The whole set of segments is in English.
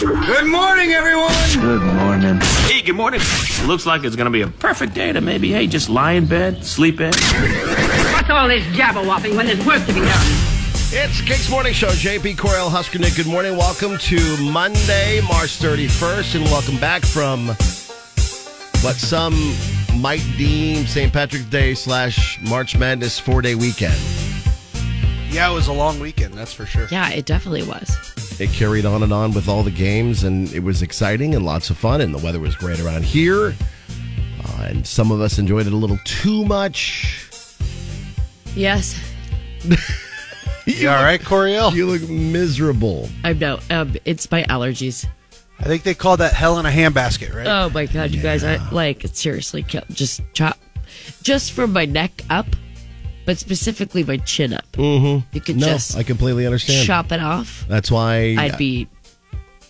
Good morning, everyone. Good morning. Hey, good morning. Looks like it's gonna be a perfect day to maybe, hey, just lie in bed, sleep in. What's all this jabberwopping when there's work to be done? It's Kicks Morning Show. JP Coriel, Husker Nick. Good morning. Welcome to Monday, March 31st, and welcome back from what some might deem St. Patrick's Day slash March Madness four day weekend. Yeah, it was a long weekend, that's for sure. Yeah, it definitely was. It carried on and on with all the games, and it was exciting and lots of fun, and the weather was great around here. Uh, and some of us enjoyed it a little too much. Yes, You all right, Coriel? You look miserable. I know. Um, it's my allergies. I think they call that hell in a handbasket, right? Oh my god, you guys! I like seriously ca- just chop, just from my neck up, but specifically my chin up. Mm-hmm. You could No, just I completely understand. chop it off. That's why I'd be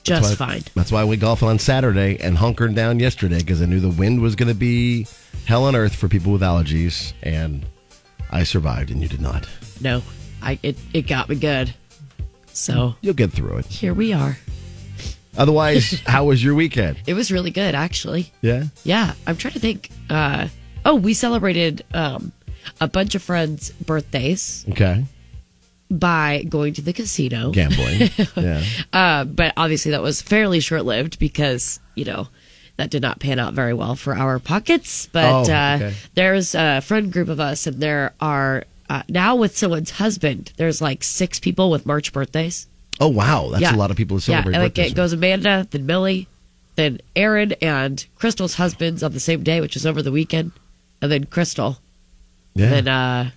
just why- fine. That's why we golfed on Saturday and hunkered down yesterday because I knew the wind was going to be hell on earth for people with allergies, and I survived, and you did not. No, I it it got me good. So You'll get through it. here we are. Otherwise, how was your weekend? It was really good, actually. Yeah, Yeah, I'm trying to think. Uh, oh, we celebrated um, a bunch of friends' birthdays okay. by going to the casino. Gambling. yeah, Uh, but obviously, that was fairly short lived because, you know, that did not pan out very well for our pockets. But Oh, uh, okay. there's a friend group of us, and there are uh, now with someone's husband, there's like six people with March birthdays. Oh wow, that's a lot of people who celebrate Yeah, and, like birthdays. it goes Amanda, then Millie, then Aaron and Crystal's husbands on the same day, which is over the weekend, and then Crystal. yeah. And then, uh,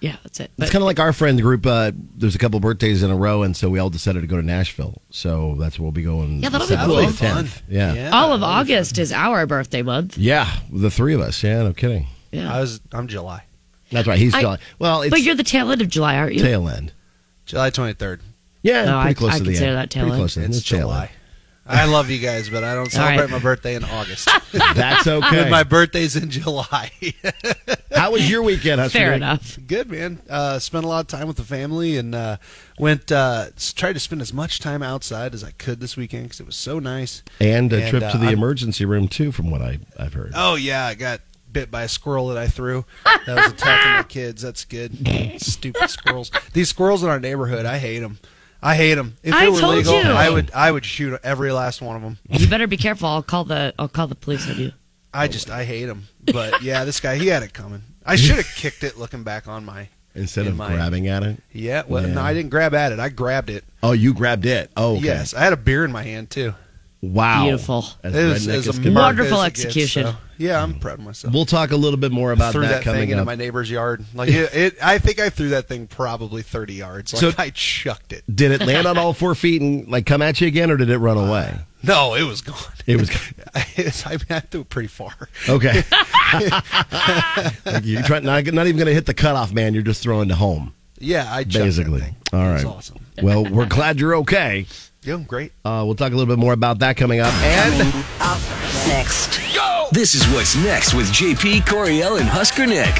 yeah, that's it. it's But kind of like our friend group. Uh, there's a couple birthdays in a row, and so we all decided to go to Nashville. So that's where we'll be going. Yeah, that'll be Saturday cool. the 10th. Yeah. yeah, all of August is our birthday month. the three of us. Yeah, no kidding. Yeah. I was I'm July. That's right. He's I- July. Well, Uh, it's but you're the tail end of July, aren't you? tail end. July twenty third. Yeah, No, pretty I- close I to the consider end. that tail pretty end. close to the end. It's July. I love you guys, but I don't All right. celebrate my birthday in August. tail end. That's okay. my birthday's in July. How was your weekend? Husker Fair Nick? enough. Good man. Uh, spent a lot of time with the family and uh, went uh, s- tried to spend as much time outside as I could this weekend because it was so nice. And a And, trip uh, to the I'm- emergency room too, from what I, I've heard. Oh yeah, I got bit by a squirrel that I threw. That was a attack on my kids. That's good. Stupid squirrels. These squirrels in our neighborhood, I hate them. I hate them. If I it were told legal, you. I would I would shoot every last one of them. You better be careful. I'll call the I'll call the police on you. I just I hate them. But yeah, this guy he had it coming. I should have kicked it. Looking back on my Instead in of my- grabbing at it. yeah, well Yeah. no, I didn't grab at it. I grabbed it. Oh, you grabbed it. Oh, okay. Yes, I had a beer in my hand too. Wow. Beautiful. As It was, redneck it was as a can be. murk Wonderful as it gets, execution. so- Yeah, I'm proud of myself. We'll talk a little bit more about threw that, that, thing coming into up. my neighbor's yard. Like it, it, I think I threw that thing probably thirty yards. Like So- I chucked it. Did it land on all four feet and like come at you again, or did it run away? No, it was gone. It was It was- I mean, I threw it pretty far. okay. Like, you're trying, not, not even going to hit the cutoff, man. You're just throwing to home, Yeah, I chucked that basically. thing. All It right. was awesome. Well, we're glad you're okay. Yeah, great. Uh, we'll talk a little bit more about that coming up. And This is what's next with JP Coriel and Husker Nick.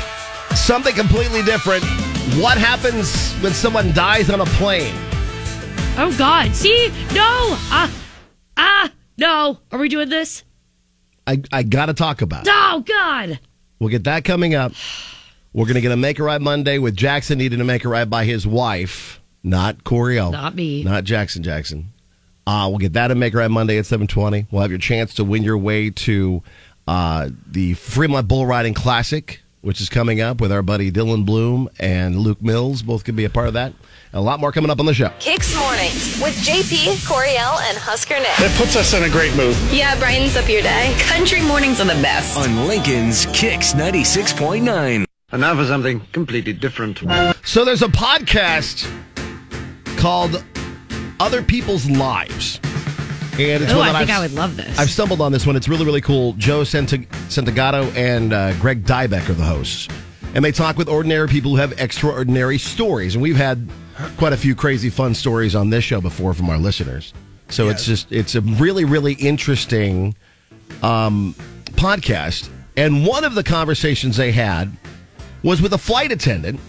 something completely different. What happens when someone dies on a plane? Oh God! See, no, ah, ah, no. Are we doing this? I, I got to talk about. it. Oh God! We'll get that coming up. We're going to get a make a ride Monday with Jackson needing to make a ride by his wife, not Coriel. Not me. Not Jackson Jackson. Uh, we'll get that at Make a Ride Monday at 720. We'll have your chance to win your way to uh, the Fremont Bull Riding Classic, which is coming up with our buddy Dylan Bloom and Luke Mills. Both could be a part of that. A lot more coming up on the show. Kicks Mornings with JP, Coriel, and Husker Nick. It puts us in a great mood. Yeah, brightens up your day. Country mornings are the best. On Lincoln's Kicks 96.9. And now for something completely different. So there's a podcast called Other People's Lives. And it's Oh, one I that think I've- I would love this. I've stumbled on this one. It's really, really cool. Joe Santa- Santagato and uh, Greg Dybeck are the hosts. And they talk with ordinary people who have extraordinary stories. And we've had quite a few crazy fun stories on this show before from our listeners. So it's just, it's a really, really interesting um, podcast. And one of the conversations they had was with a flight attendant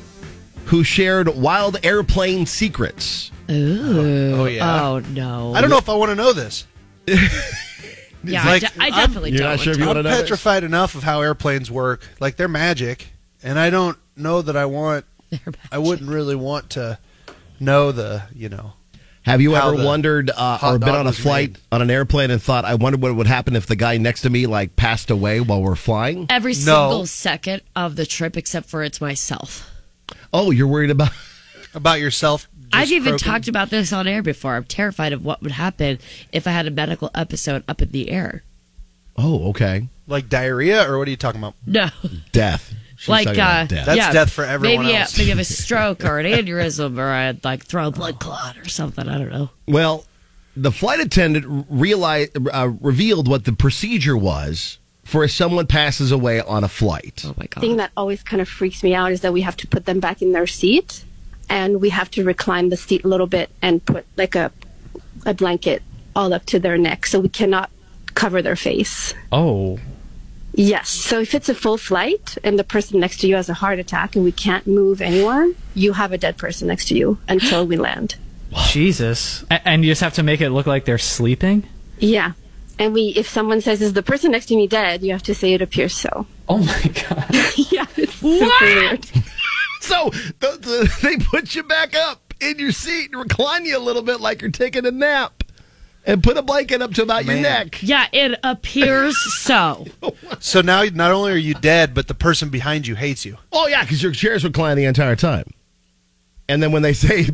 who shared wild airplane secrets. Oh yeah. uh, Oh no! I don't know if I want to know this. Yeah, like, I, de- I definitely You're don't. not want sure if you to. want to I'm know this? petrified enough of how airplanes work. Like they're magic, and I don't know that I want. I wouldn't really want to know the. You know. Have you how ever the wondered uh, hot or been dog on a was flight made. on an airplane and thought, I wonder what would happen if the guy next to me like passed away while we're flying? Every No. single second of the trip, except for it's myself. Oh, you're worried about About yourself. just I've even croaking? talked about this on air before. I'm terrified of what would happen if I had a medical episode up in the air. Oh, okay. like diarrhea, or what are you talking about? No, Death. She's like uh, talking about death. That's yeah, death for everyone Maybe, else. Yeah, maybe have a stroke or an aneurysm or a like throw a blood clot or something. I don't know. Well, the flight attendant realized, uh, revealed what the procedure was for if someone passes away on a flight. Oh my god! thing that always kind of freaks me out is that we have to put them back in their seat and we have to recline the seat a little bit and put like a a blanket all up to their neck so we cannot cover their face. Oh. Yes. So if it's a full flight and the person next to you has a heart attack and we can't move anywhere, you have a dead person next to you until we land. Jesus. A- and you just have to make it look like they're sleeping? Yeah. And we if someone says is the person next to me dead, you have to say it appears so. Oh my god. yeah. It's super weird. So the, the, they put you back up in your seat and recline you a little bit like you're taking a nap and put a blanket up to about your Man. neck. Yeah, it appears so. So now, not only are you dead, but the person behind you hates you. Oh, yeah, because your chair's reclined the entire time. And then when they say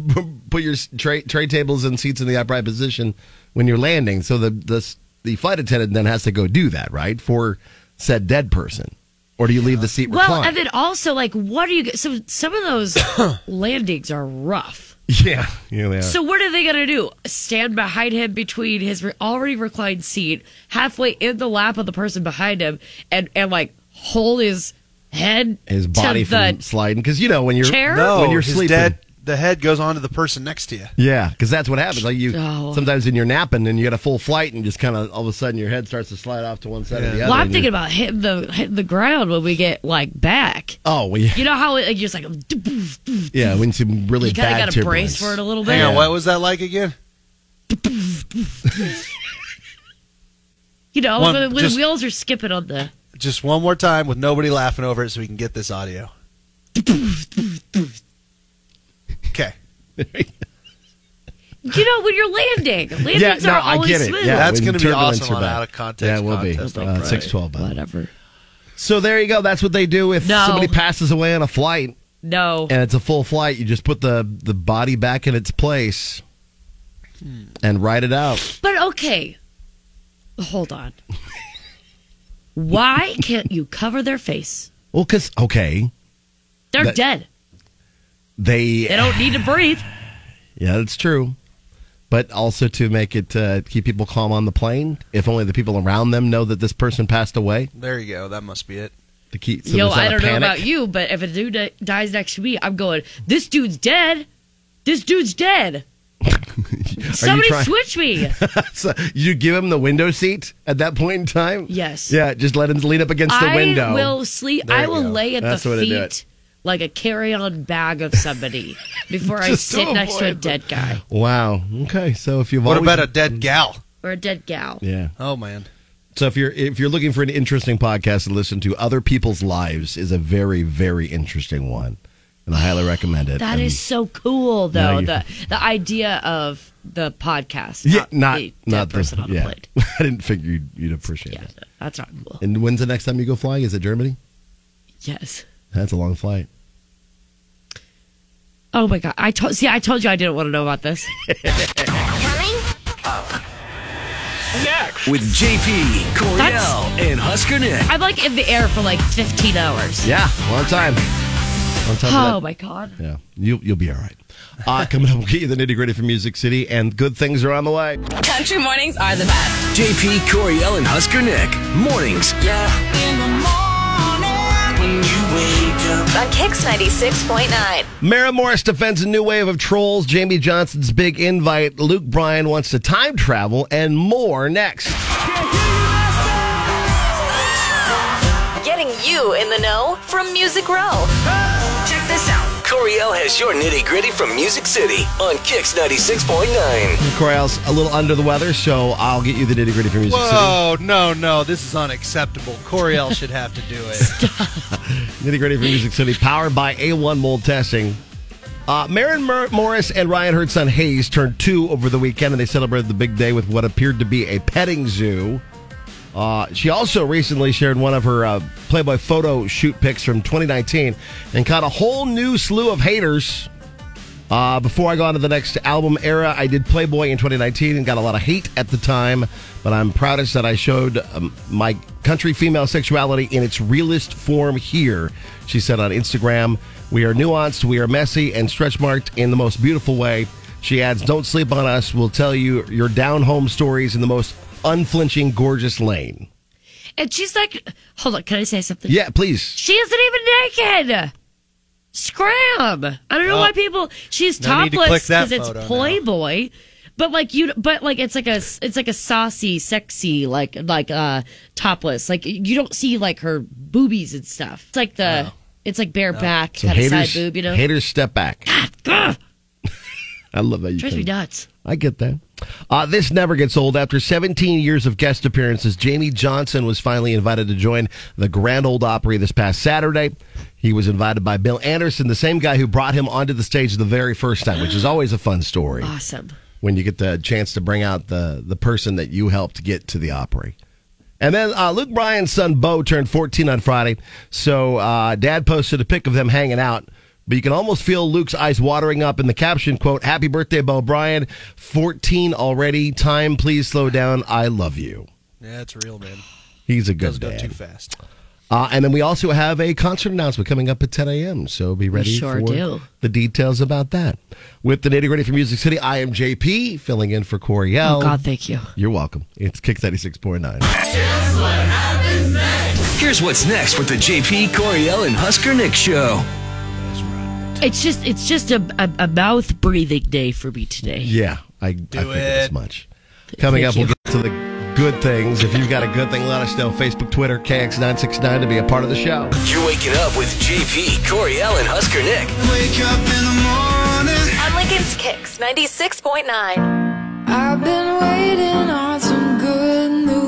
put your tray, tray tables and seats in the upright position when you're landing, so the, the the flight attendant then has to go do that, right, for said dead person, or do you leave the seat reclined? Well, and then also like, what are you? So some of those landings are rough. yeah, yeah, they are. So what are they gonna do? Stand behind him between his re- already reclined seat, halfway in the lap of the person behind him, and and like hold his head, his body to the from sliding because you know when you're chair. No, when you're his sleeping. dead, the head goes on to the person next to you. Yeah, because that's what happens. Like you Oh. sometimes in your napping and you get a full flight and just kind of all of a sudden your head starts to slide off to one side or the other. Well, I'm and you're- thinking about hitting the hitting the ground when we get like back. Oh, well, yeah, You know how it, like, you're just like, doof, doof. yeah, when some really you kind of bad got to brace turbulence. for it a little bit. Hang on, what was that like again? You know, One- when, when just- the wheels are skipping on the. Just one more time with nobody laughing over it, so we can get this audio. Okay, You know, when you're landing, landings Yeah, no, are I always get it. smooth. Yeah, That's when gonna be turbulence awesome are on bad. Out of Context Yeah, it will be. contest on Uh, Friday. Six twelve. By the way. Whatever. So there you go. That's what they do if No. somebody passes away on a flight No. and it's a full flight. You just put the the body back in its place Hmm. and ride it out. But okay. Hold on. Why can't you cover their face? Well, because okay, They're That- dead. they They don't need to breathe. Yeah, that's true. But also to make it uh, keep people calm on the plane. If only the people around them know that this person passed away. there you go. That must be it. To keep, so Yo, there's not I a don't know panic. about you, but if a dude di- dies next to me, I'm going, this dude's dead. This dude's dead. Somebody trying- switch me. So you give him the window seat at that point in time. Yes. Yeah, just let him lean up against the I window. will sleep. There I you will go. lay at That's the the way to do it. feet like a carry-on bag of somebody before I Just to sit next to a avoid the- dead guy Wow. Okay. So if you've What always, about a dead gal? or a dead gal. yeah. Oh man, So if you're if you're looking for an interesting podcast to listen to, other people's lives is a very very interesting one, and I highly recommend it. That And- is so cool, Now though you- the the idea of the podcast. yeah, not the dead not the- person on the yeah. plane. I didn't figure you'd, you'd appreciate Yeah, it. that's not cool. And when's the next time you go flying? Is it Germany? Yes. That's a long flight. Oh my god! I told see, I told you I didn't want to know about this. Coming With JP, Coriel, That's- and Husker Nick. I'm like in the air for like 15 hours. Yeah, long time. Long time. for Oh that. my god! Yeah, you you'll be all right. Uh, coming up, we'll get you the nitty gritty from Music City, and good things are on the way. Country mornings are the best. JP, Coriel, and Husker Nick. Mornings Yeah. In the morning when you wake up. on Kix 96.9. Mara Morris defends a new wave of trolls. Jamie Johnson's big invite. Luke Bryan wants to time travel, and more next. Getting you in the know from Music Row. Check this out. Coriel has your nitty gritty from Music City on Kix 96.9. Coral's a little under the weather, so I'll get you the nitty gritty from Music Whoa, no, no, this is unacceptable. Coriel should have to do it. City. Nitty gritty from Music City, powered by A1 Mold Testing. Uh, Marin Mur- Morris and Ryan Hurdson Hayes turned two over the weekend, and they celebrated the big day with what appeared to be a petting zoo. Uh, she also recently shared one of her uh, Playboy photo shoot pics from 2019 and caught a whole new slew of haters. Uh, before I go on to the next album era, I did Playboy in 2019 and got a lot of hate at the time, but I'm proudest that I showed um, my country female sexuality in its realest form here. She said on Instagram, We are nuanced, we are messy, and stretch marked in the most beautiful way. She adds, Don't sleep on us. We'll tell you your down home stories in the most unflinching, gorgeous lane. And she's like, hold on, can I say something? Yeah, please. She isn't even naked. Scram! I don't know Oh. why people. She's No need to click topless that because it's photo now. Playboy. But like you, but like it's like a it's like a saucy, sexy like like uh topless. Like you don't see like her boobies and stuff. It's like the it's like bare back, So kind of side haters, boob. You know, Ah! haters step back. I love that you drives can- me nuts. I get that. Uh, this never gets old. After 17 years of guest appearances, Jamie Johnson was finally invited to join the Grand Old Opry this past Saturday. He was invited by Bill Anderson, the same guy who brought him onto the stage the very first time, which is always a fun story Awesome. when you get the chance to bring out the, the person that you helped get to the Opry. And then uh, Luke Bryan's son Bo turned 14 on Friday, so uh, Dad posted a pic of them hanging out. But you can almost feel Luke's eyes watering up in the caption quote, "Happy birthday, Bo Bryan, 14 already. Time, please slow down. I love you." yeah, it's real, man. He's a good Doesn't go dad. too fast. Uh, and then we also have a concert announcement coming up at 10 a.m. So be ready sure for do. the details about that. With the nitty gritty from Music City, I am JP filling in for Corey L. Oh God, thank you. You're welcome. It's Kick 96.9. Here's what's next with the JP, Coriel, and Husker Nick show. It's just it's just a a, a mouth breathing day for me today. Yeah, I, I figured as it. much. Coming Thank up, we'll you. get to the good things. If you've got a good thing, let us know. Facebook, Twitter, KX969 to be a part of the show. You're waking up with JP, Coriel, and Husker Nick. Wake up in the morning. On Lincoln's Kicks 96.9. I've been waiting on some good news.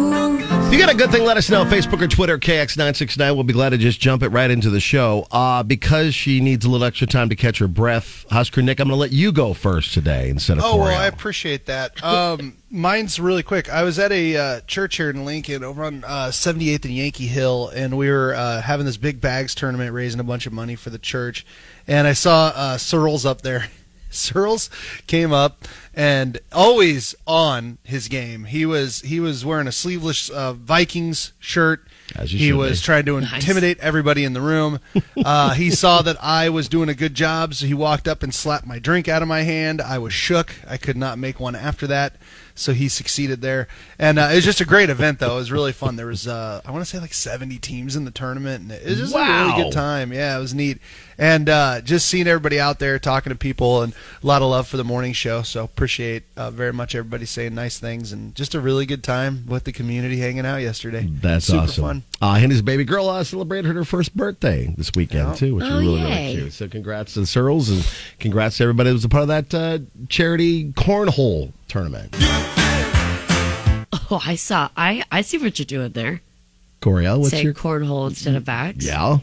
If you got a good thing, let us know. Facebook or Twitter, KX969. We'll be glad to just jump it right into the show. Uh, because she needs a little extra time to catch her breath, Husker Nick, I'm going to let you go first today instead of Oh well, Coriel. I appreciate that. Um, mine's really quick. I was at a uh, church here in Lincoln, over on uh, 78th and Yankee Hill, and we were uh, having this big bags tournament, raising a bunch of money for the church. And I saw uh, Searles up there. Searles came up and always on his game. He was he was wearing a sleeveless uh, Vikings shirt. As you He should was be. trying to intimidate everybody in the room. Uh, he saw that I was doing a good job, so he walked up and slapped my drink out of my hand. I was shook. I could not make one after that, so he succeeded there. And uh, it was just a great event, though. It was really fun. There was, uh, I want to say, like 70 teams in the tournament, and it was just a Wow. really good time. Yeah, it was neat. And uh, just seeing everybody out there talking to people and a lot of love for the morning show. So appreciate uh, very much everybody saying nice things and just a really good time with the community hanging out yesterday. That's Super awesome. fun. Uh, and his baby girl uh, celebrated her first birthday this weekend, too, which Oh, is really, yay. really cute. So, congrats to the Searles and congrats to everybody that was a part of that uh, charity cornhole tournament. Oh, I saw. I I see what you're doing there. Coriel, what's Say your. cornhole instead of bags. Yeah.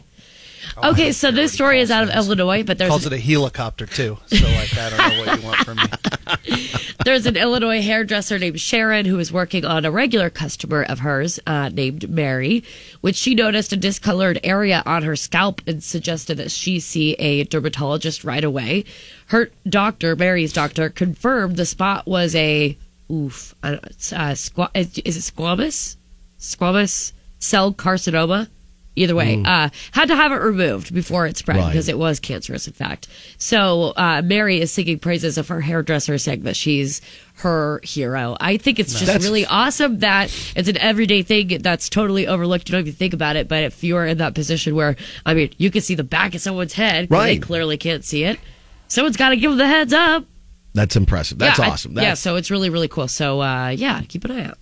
Okay, so this story is out of Illinois, but there's calls it a helicopter too. So like I don't know what you want from me. There's an Illinois hairdresser named Sharon who is working on a regular customer of hers uh, named Mary, which she noticed a discolored area on her scalp and suggested that she see a dermatologist right away. Her doctor, Mary's doctor, confirmed the spot was a oof. I don't- it's, Uh, squa- is is it squamous? Squamous cell carcinoma? Either way, uh, had to have it removed before it spread Mm. Right. because it it was cancerous, in fact. So uh, Mary is singing praises of her hairdresser, saying that she's her hero. I think it's just That's- really awesome that it's an everyday thing that's totally overlooked. You don't even think about it, but if you're in that position where, I mean, you can see the back of someone's head, but they Right. clearly can't see it. Someone's got to give them the heads up. That's impressive. That's yeah, I- awesome. yeah, That's so it's really, really cool. So uh, yeah, keep an eye out.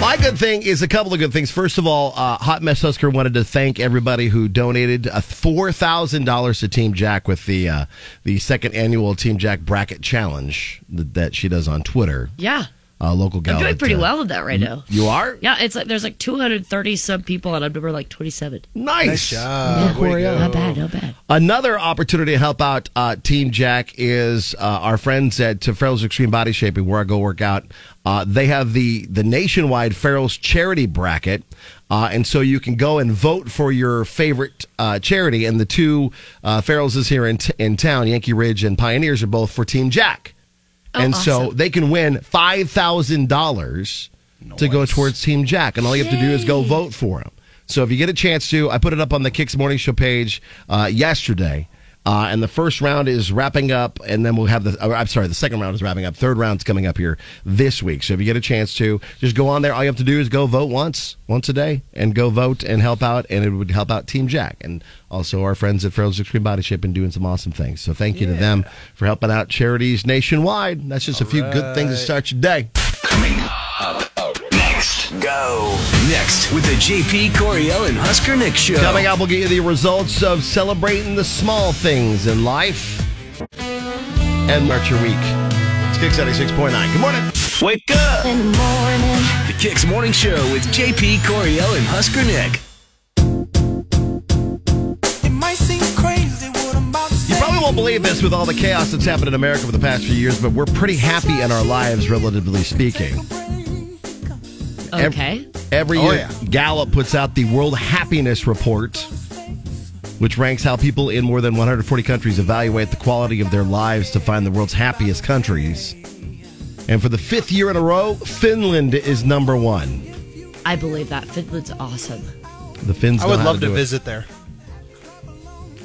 My good thing is a couple of good things. First of all, uh, Hot Mess Husker wanted to thank everybody who donated uh, four thousand dollars to Team Jack with the uh, the second annual Team Jack Bracket Challenge th- that she does on Twitter. Yeah. Uh, local gal. I'm doing that, pretty uh, well with that right now. You are Yeah, it's like there's like 230 some people, and I'm number like 27. nice. Yeah, not bad, not bad. Another opportunity to help out uh, Team Jack is uh, our friends at to Farrell's Extreme Body Shaping, where I go work out. Uh, they have the the nationwide Farrell's charity bracket, uh, and so you can go and vote for your favorite uh, charity. And the two uh, Farrell's is here in t- in town, Yankee Ridge and Pioneers, are both for Team Jack, Oh, and so awesome. they can win five thousand dollars to go towards Team Jack, and all you have to do is go vote for him. So if you get a chance to, I put it up on the Kicks Morning Show page uh, yesterday. Uh, and the first round is wrapping up, and then we'll have the. oh, I'm sorry, the second round is wrapping up. Third round's coming up here this week. So if you get a chance to, just go on there. All you have to do is go vote once, once a day, and go vote and help out, and it would help out Team Jack and also our friends at Farrell's Extreme Body Ship and doing some awesome things. So thank you to them for helping out charities nationwide. That's just a few good things to start your day. Next. Go. Next with the JP Coriel and Husker Nick show. Coming up, we'll get you the results of celebrating the small things in life and march your week. It's Kicks 96.9. Good morning. Wake up. In the morning. The Kicks Morning Show with JP Coriel and Husker Nick. You probably won't believe this with all the chaos that's happened in America for the past few years, but we're pretty happy in our lives, relatively speaking. Ev- Okay. Every Oh, year, yeah. Gallup puts out the World Happiness Report, which ranks how people in more than 140 countries evaluate the quality of their lives to find the world's happiest countries. And for the fifth year in a row, Finland is number one. I believe that. Finland's awesome. The Finns. I know would how love to do it. visit there.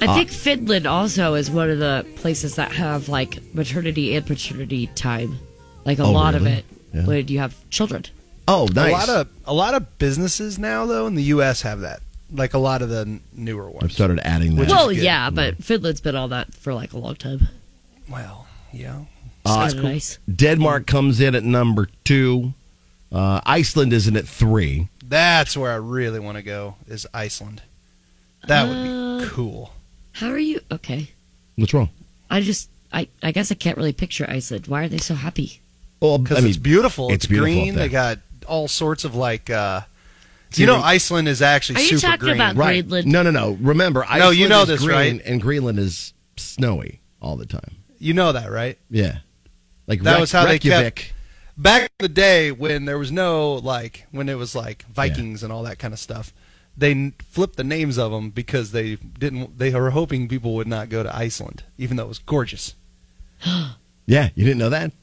I think Finland also is one of the places that have like maternity and paternity time. Like a Oh, lot really? of it Yeah. when you have children. Oh, nice. A lot of a lot of businesses now though in the U.S. have that. Like a lot of the n- newer I've ones. started adding that. Well, good. yeah, but Finland's been on that for like a long time. Well, yeah. It's Uh, kind of nice. Denmark comes in at number two. Uh, Iceland isn't at three. That's where I really want to go is Iceland. That would be Uh, cool. How are you? Okay. What's wrong? I just, I, I guess I can't really picture Iceland. Why are they so happy? Well, Because it's beautiful. It's, beautiful up green. there. They got all sorts of like. uh See, You know, we- Iceland is actually Are you super talking green. about- right. Greenland. No, no, no. Remember, Iceland No, you know is this, green, right? And Greenland is snowy all the time. You know that, right? Yeah, like That Reyk- was how they Reykjavik. kept- Back in the day when there was no like when it was like Vikings and all that kind of stuff, they n- flipped the names of them because they didn't. They were hoping people would not go to Iceland, even though it was gorgeous. Yeah, you didn't know that?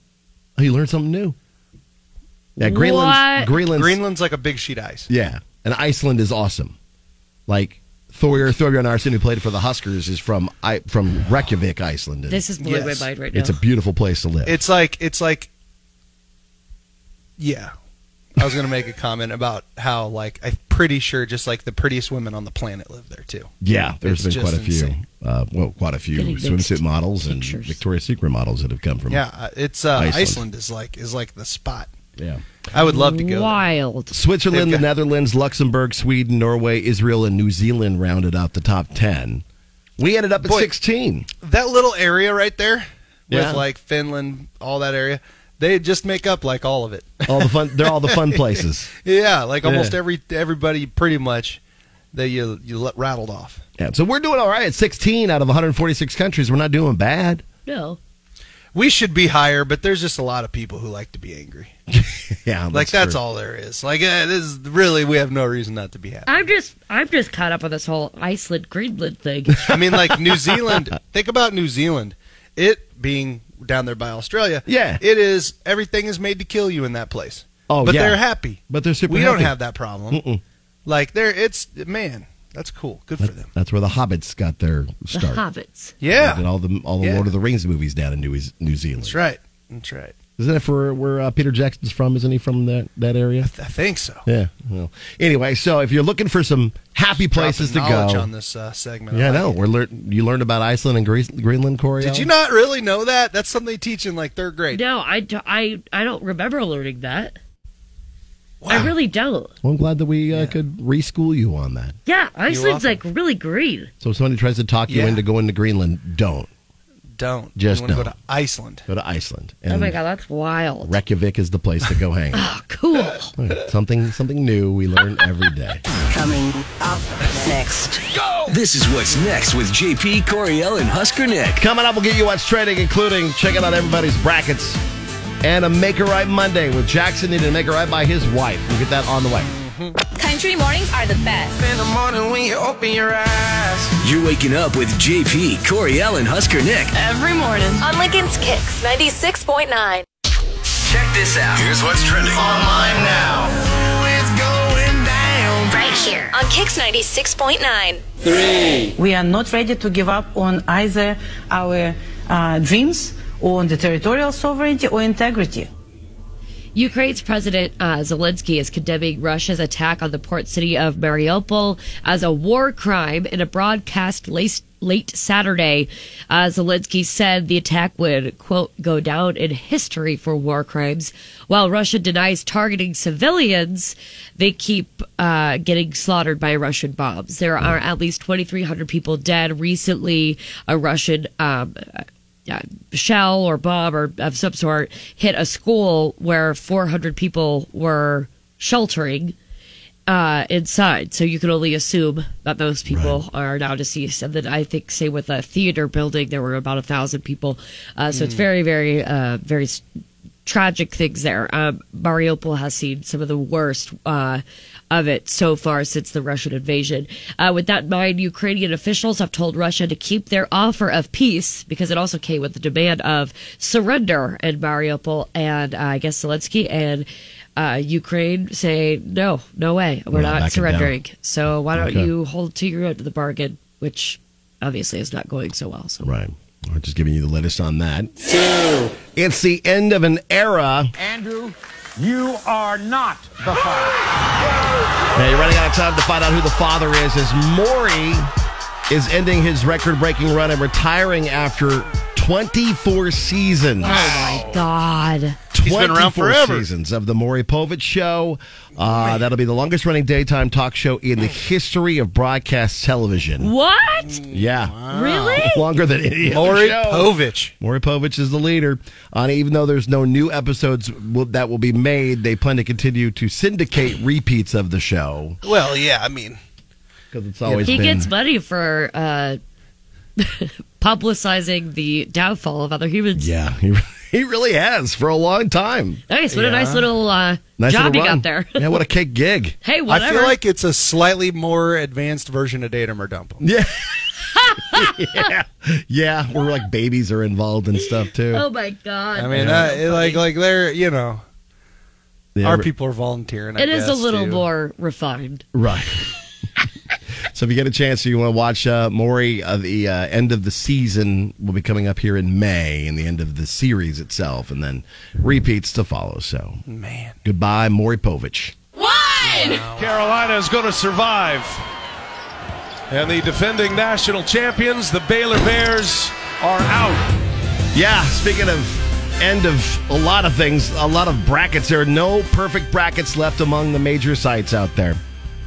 Oh, you learned something new. Yeah, What? Greenland's, Greenland's Greenland's like a big sheet ice. Yeah, and Iceland is awesome. Like Thor Thorbjorn Arsen, who played for the Huskers, is from I, from Reykjavik, Iceland. and This is blowing Yes. my mind right now. it's a beautiful place to live. It's like it's like Yeah. I was gonna make a comment about how like I'm pretty sure just like the prettiest women on the planet live there too. yeah, there's it's been quite a just few, insane. uh, well, quite a few Getting swimsuit mixed models and pictures. Victoria's Secret models that have come from. Yeah, uh, it's uh, Iceland. Iceland. is like is like the spot. yeah. I would love to go. there. Wild. Switzerland, They've the got- Netherlands, Luxembourg, Sweden, Norway, Israel, and New Zealand rounded out the top ten. We ended up at Boy. sixteen. That little area right there Yeah. with like Finland, all that area, they just make up like all of it. All the fun. They're all the fun places. yeah, like almost Yeah. every everybody pretty much that you you let- rattled off. Yeah, so we're doing all right. 16 out of 146 countries. We're not doing bad. No. We should be higher, but there's just a lot of people who like to be angry. Yeah, like that's true. all there is. Like uh, this is really we have no reason not to be happy. I'm just, I'm just caught up on this whole Iceland Greenland thing. I mean, like New Zealand. Think about New Zealand. It being down there by Australia. Yeah. it is. Everything is made to kill you in that place. Oh, but yeah. they're happy. But they're super We don't happy. have that problem. Like there, it's man. That's cool. Good for them. That's where the Hobbits got their the start. hobbits. They did Yeah, all the all the Yeah. Lord of the Rings movies down in New, New Zealand. that's right. That's right. Isn't that for where uh, Peter Jackson's from? Isn't he from that that area? I think so. Yeah. Well, anyway, so if you're looking for some happy places to Dropping knowledge go, on this uh, segment. yeah, I like know. it. We're lear- you learned about Iceland and Greece- Greenland, Corey. Did you not really know that? That's something they teach in like third grade. No, I, d- I, I don't remember learning that. I really don't. Well, I'm glad that we uh, could reschool you on that. Yeah, Iceland's welcome. like really green. So if somebody tries to talk you Yeah. into going to Greenland, don't. Don't. Just you wanna don't. go to Iceland. Go to Iceland. oh my god, that's wild. Reykjavik is the place to go hang. out. Cool. All right, something something new we learn every day. Coming up next. Go! This is what's next with JP Coriel and Husker Nick. Coming up, we'll get you what's trending, including checking out everybody's brackets and a Make It Right Monday with Jackson needing to make it right by his wife. We'll get that on the way. Country mornings are the best. In the morning when you open your eyes. You're waking up with JP Coriel and Husker Nick. Every morning. On Lincoln's Kicks 96.9. Check this out. Here's what's trending online now. It's going down. Right here. On Kicks 96.9. We are not ready to give up on either our uh, dreams or on the territorial sovereignty or integrity. Ukraine's President uh, Zelensky is condemning Russia's attack on the port city of Mariupol as a war crime in a broadcast late, late Saturday. Uh, Zelensky said the attack would, quote, go down in history for war crimes. While Russia denies targeting civilians, they keep uh, getting slaughtered by Russian bombs. There are at least 2,300 people dead. Recently, a Russian. Um, uh, shell or bomb or of some sort hit a school where 400 people were sheltering uh, inside. So you can only assume that those people are now deceased. And then I think, same with a theater building, there were about a thousand people. Uh, so it's Mm. very, very, uh, very s- tragic things there. Um, Mariupol has seen some of the worst uh, of it so far since the Russian invasion. Uh, with that in mind, Ukrainian officials have told Russia to keep their offer of peace because it also came with the demand of surrender in Mariupol. And uh, I guess Zelensky and uh, Ukraine say, no, no way. We're, We're not not, backing down." surrendering. So why don't Okay. you hold to your end of the bargain, which obviously is not going so well. So. Right. We're just giving you the latest on that. It's the end of an era. Andrew, you are not the father. Now you're running out of time to find out who the father is as Maury is ending his record breaking run and retiring after 24 seasons. Oh my God. 24 seasons of the Maury Povich Show. Uh, that'll be the longest running daytime talk show in the history of broadcast television. What? Yeah. Really? Longer than any other Maury show. Povich. Maury Povich is the leader. Uh, even though there's no new episodes will, that will be made, they plan to continue to syndicate repeats of the show. Well, yeah, I mean. Because it's always he been- gets money for uh, publicizing the downfall of other humans. Yeah, he, he really has for a long time. Nice. What a nice Yeah. little uh, Nice job little you run. got there. yeah, what a cake gig. Hey, I whatever. feel like it's a slightly more advanced version of Datum or Dump 'Em. Yeah. yeah. Yeah, where like babies are involved and stuff too. oh my god. I mean, uh, it- like, like they're you know, Yeah, our re- people are volunteering. I it is a guess, little too. more refined. Right. so if you get a chance, you want to watch uh, Maury, uh, the uh, end of the season will be coming up here in May and the end of the series itself, and then repeats to follow. So, man. Goodbye, Maury Povich. Carolina is going to survive. And the defending national champions, the Baylor Bears, are out. Yeah, speaking of end of a lot of things, a lot of brackets, there are no perfect brackets left among the major sites out there.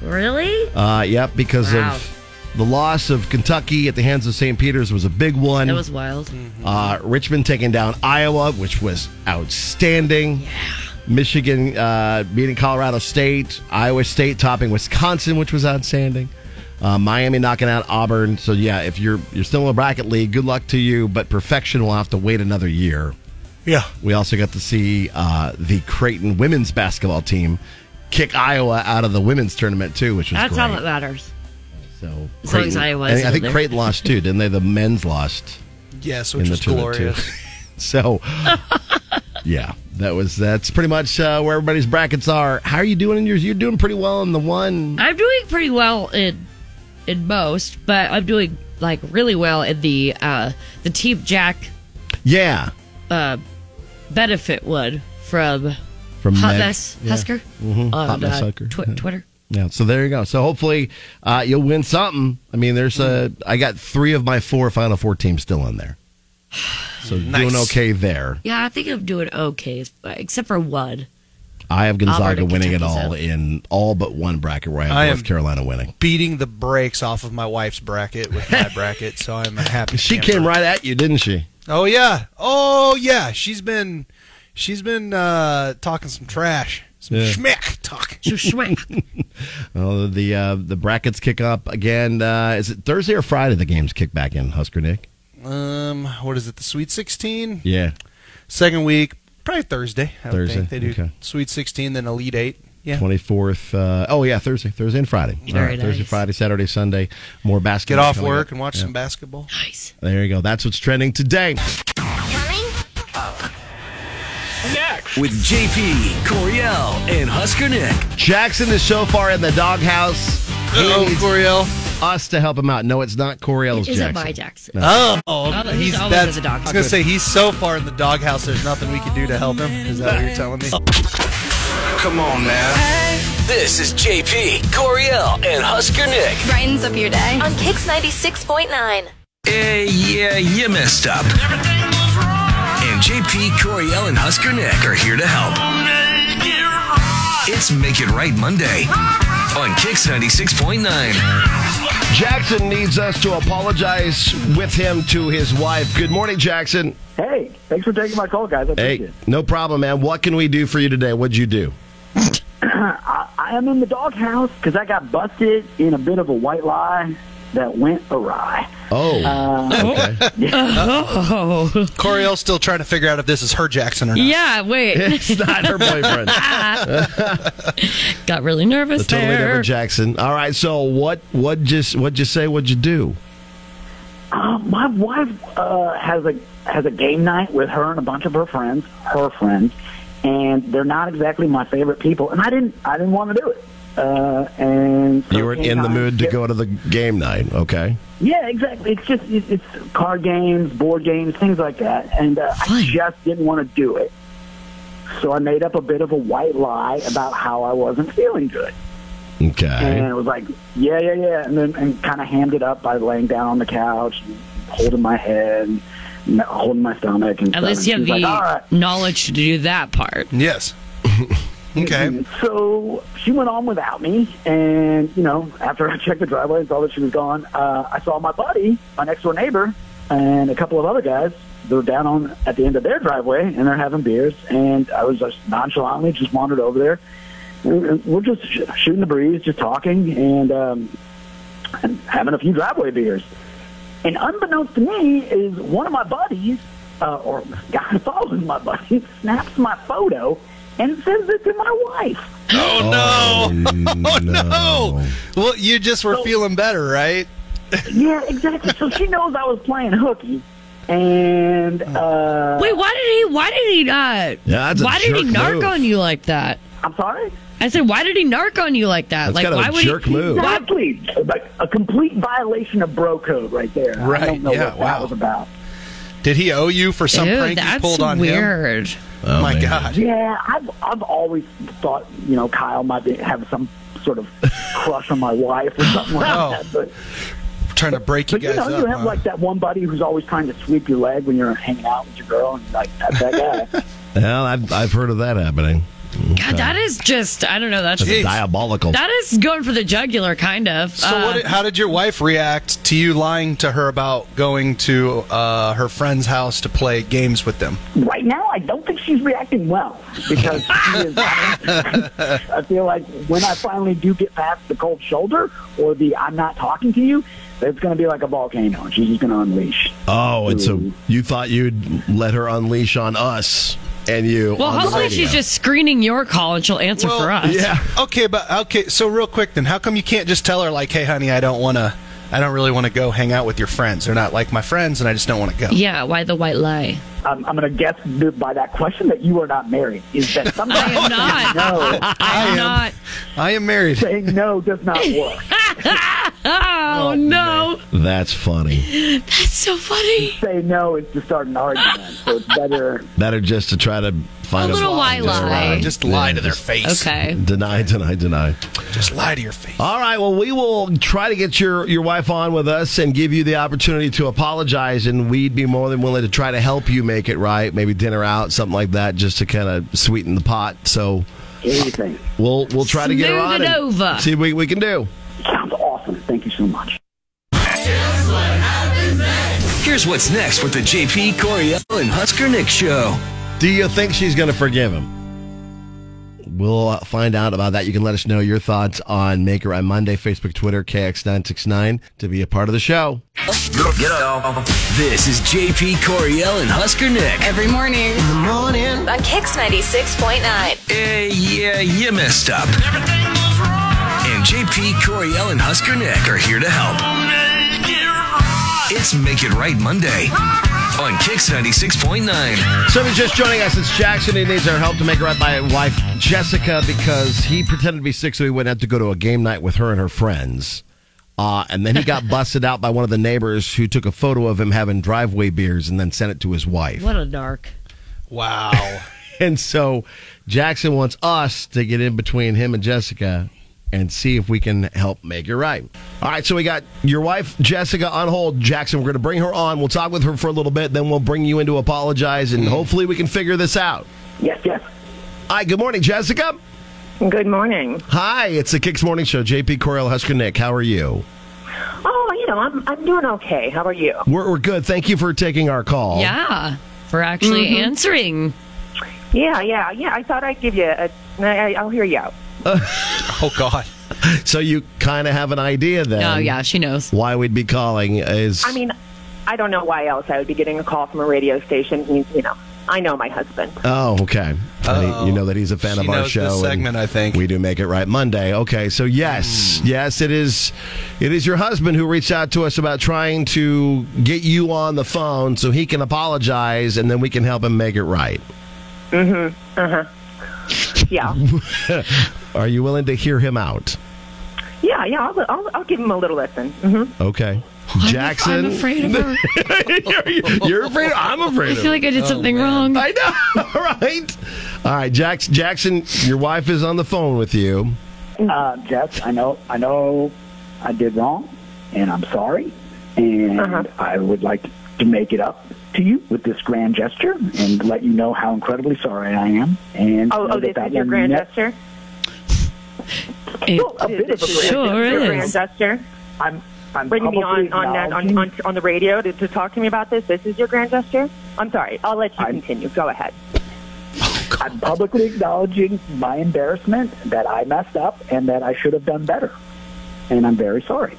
Really? Uh, yep, because Wow. of the loss of Kentucky at the hands of St. Peter's was a big one. That was wild. Uh, Richmond taking down Iowa, which was outstanding. Michigan uh, beating Colorado State. Iowa State topping Wisconsin, which was outstanding. Uh, Miami knocking out Auburn. So yeah, if you're you're still in a bracket league, good luck to you. But perfection will have to wait another year. Yeah. We also got to see uh, the Creighton women's basketball team kick Iowa out of the women's tournament too, which was That's great. all that matters. So As long as Iowa I think- I isn't think there. Creighton lost too, didn't they? The men's lost. Yes, in which the was tournament, too. glorious. so, yeah, that was that's pretty much uh, where everybody's brackets are. How are you doing in yours? You're doing pretty well in the one. I'm doing pretty well in in most, but I'm doing like really well in the uh, the Team Jack Yeah, uh, benefit one from from Hot Meg. Mess Yeah. Husker Mhm. on Hot Mess uh, Husker. Twi- Yeah. Twitter. Yeah, so there you go. So hopefully uh, you'll win something. I mean, there's a I got three of my four Final Four teams still in there, so Nice. doing okay there. Yeah, I think I'm doing okay, except for one. I have Gonzaga Auburn and winning it Kentucky's all out. in all but one bracket where I have I North am- Carolina winning. Beating the brakes off of my wife's bracket with my bracket, so I'm a happy. She camper. came right at you, didn't she? Oh yeah, oh yeah. She's been, she's been uh, talking some trash, some Yeah. schmick talk. Some schmick. Oh, the uh, the brackets kick up again. Uh, is it Thursday or Friday? The games kick back in. Husker Nick. Um, what is it? The Sweet Sixteen. Yeah, Second week, probably Thursday. I would Thursday, Think. They do okay. Sweet Sixteen, then Elite Eight. Yeah. twenty fourth. Uh, oh yeah, Thursday, Thursday and Friday. Very Thursday, nice. Friday, Saturday, Sunday. More basketball. Get off coming work up. and watch Yeah. some basketball. Nice. There you go. That's what's trending today. With JP, Coriel, and Husker Nick. Jackson is so far in the doghouse. Oh, Uh-oh, Coriel. Us to help him out. No, it's not Coriel's It isn't Jackson. my Jackson. No. Oh, Well, he's he's always that's, in the doghouse. I was gonna say he's so far in the doghouse. There's nothing we can do to help him. Is that what you're telling me? Come on, man. This is JP, Coriel, and Husker Nick. Brightens up your day on Kix 96.9. Eh, yeah, you messed up. And JP, Coriel, and Husker Nick are here to help. It's Make It Right Monday on Kix 96.9. Jackson needs us to apologize with him to his wife. Good morning, Jackson. Hey, thanks for taking my call, guys. I appreciate Hey, no problem, man. What can we do for you today? What'd you do? it. I, I am in the doghouse because I got busted in a bit of a white lie that went awry. Oh. Uh, Oh. Coriel's still trying to figure out if this is her Jackson or not. Yeah, wait. It's not her boyfriend. Got really nervous A totally there. different Jackson. All right. So what? What just? What'd you say? What'd you do? Uh, my wife uh, has a has a game night with her and a bunch of her friends, her friends, and they're not exactly my favorite people. And I didn't I didn't want to do it. Uh, and so You were in the anytime- mood to go to the game night. Okay. Yeah, exactly. It's just it, it's card games, board games, things like that, and uh, I just didn't want to do it. So I made up a bit of a white lie about how I wasn't feeling good, and Okay. it was like, yeah, yeah, yeah, and then and kind of hammed it up by laying down on the couch, and holding my head, and holding my stomach, and At stuff. least you have And the she's like, "All right." knowledge to do that part. Yes. okay. So she went on without me, and you know, after I checked the driveway and saw that she was gone, uh, I saw my buddy, my next door neighbor, and a couple of other guys. They're down on at the end of their driveway, and they're having beers. And I was just nonchalantly just wandered over there. And- and We're just sh- shooting the breeze, just talking, and um, and having a few driveway beers. And unbeknownst to me is one of my buddies, uh, or guy who follows my buddy, snaps my photo and sends it to my wife. Oh, no! Oh no! Well, you just were feeling better, right? yeah, exactly. So she knows I was playing hooky, and uh, Wait, why did he? Why did he? Uh, that's a why did he jerk narc move. on you like that? I'm sorry. I said, why did he narc on you like that? That's like, kind of why a would jerk he? move. Why- Exactly. like a complete violation of bro code right there. I Right, don't know yeah, what wow. that was about. Did he owe you for some Ew, prank you that's pulled on weird. him? Oh my God! Yeah, I've I've always thought you know Kyle might be, have some sort of crush on my wife or something like Wow. that, but. Trying to break you But you guys know, up. you have huh? like that one buddy who's always trying to sweep your leg when you're hanging out with your girl, and like that's that guy. Well, I've I've heard of that happening. God, that is just. I don't know. That's, That's diabolical. That is going for the jugular, kind of. Uh, so, what did, how did your wife react to you lying to her about going to uh, her friend's house to play games with them? Right now, I don't think she's reacting well because she is, I feel like when I finally do get past the cold shoulder or the I'm not talking to you, it's going to be like a volcano, and she's just going to unleash. Oh, and so you thought you'd let her unleash on us and you. well, on the hopefully radio. she's just screening your call and she'll answer for us. Okay, but okay. So real quick, then, how come you can't just tell her like, "Hey, honey, I don't want to. I don't really want to go hang out with your friends. They're not like my friends, and I just don't want to go." Yeah. Why the white lie? I'm, I'm going to guess by that question that you are not married. Is that sometimes I am not. No, I am not. I am married. Saying no does not work. Oh, no, That's funny. that's so funny. Say no is to start an argument, so it's better. Better just to try to find A little lie just lie. Just lie to their just face. Okay. Deny, deny, deny. Just lie to your face. All right. Well, we will try to get your your wife on with us and give you the opportunity to apologize, and we'd be more than willing to try to help you make it right. Maybe dinner out, something like that, just to kind of sweeten the pot. So Anything. We'll we'll try to get her Smooth on. it and over. See what we can do. Sounds awesome. Thank you so much. Here's what's next with the JP Coriel and Husker Nick show. Do you think she's going to forgive him? We'll uh, find out about that. You can let us know your thoughts on Maker on Monday, Facebook, Twitter, KX969 to be a part of the show. This is JP Coriel and Husker Nick. Every morning. In the morning. On Kix 96.9. Eh, yeah, you messed up. And JP Coriel and Husker Nick are here to help. It's Make It Right Monday on Kix 96.9. So, if you're just joining us, it's Jackson. He needs our help to make it right by wife Jessica because he pretended to be sick so he wouldn't have to go to a game night with her and her friends. Uh, and then he got busted out by one of the neighbors who took a photo of him having driveway beers and then sent it to his wife. What a narc. Wow. and so Jackson wants us to get in between him and Jessica and see if we can help make it right. All right, so we got your wife, Jessica, on hold. Jackson, we're going to bring her on. We'll talk with her for a little bit, then we'll bring you in to apologize, and hopefully we can figure this out. Yes, yes. Hi, good morning, Jessica. Good morning. Hi, it's the Kicks Morning Show. JP Coriel, Husker Nick, how are you? Oh, you know, I'm, I'm doing okay. How are you? We're, we're good. Thank you for taking our call. Yeah, for actually Mm-hmm. Mhm. answering. Yeah, yeah, yeah. I thought I'd give you a. I, I'll hear you out. Oh God. So you kind of have an idea then? Oh, yeah, she knows why we'd be calling. Is I mean, I don't know why else I would be getting a call from a radio station. You, you know, I know my husband. Oh, okay. And he- you know that he's a fan She of our knows show. this and segment, I think. we do make it right Monday. Okay, so Hmm. yes, yes, it is. It is your husband who reached out to us about trying to get you on the phone so he can apologize, and then we can help him make it right. Mm hmm. Uh huh. Yeah. Are you willing to hear him out? Yeah, yeah. I'll, I'll, I'll give him a little listen. Mm Okay, Jackson. I'm afraid of her. you're, you're afraid. I'm afraid. I feel like I did something wrong. I know, right? All right, Jackson. Jackson, your wife is on the phone with you. Mm. Uh, Jess, I know, I know, I did wrong, and I'm sorry, and Uh-huh. I would like to make it up to you with this grand gesture and let you know how incredibly sorry I am. And Oh, know oh, that this that is your will grand never- gesture? Well, a bit of a This is your- grand your gesture. grand gesture? I'm, I'm Bring me probably on on, that, on, on, on the radio to, to talk to me about this. This is your grand gesture? I'm sorry. I'll let you continue. Go ahead. I'm publicly acknowledging my embarrassment that I messed up and that I should have done better, and I'm very sorry.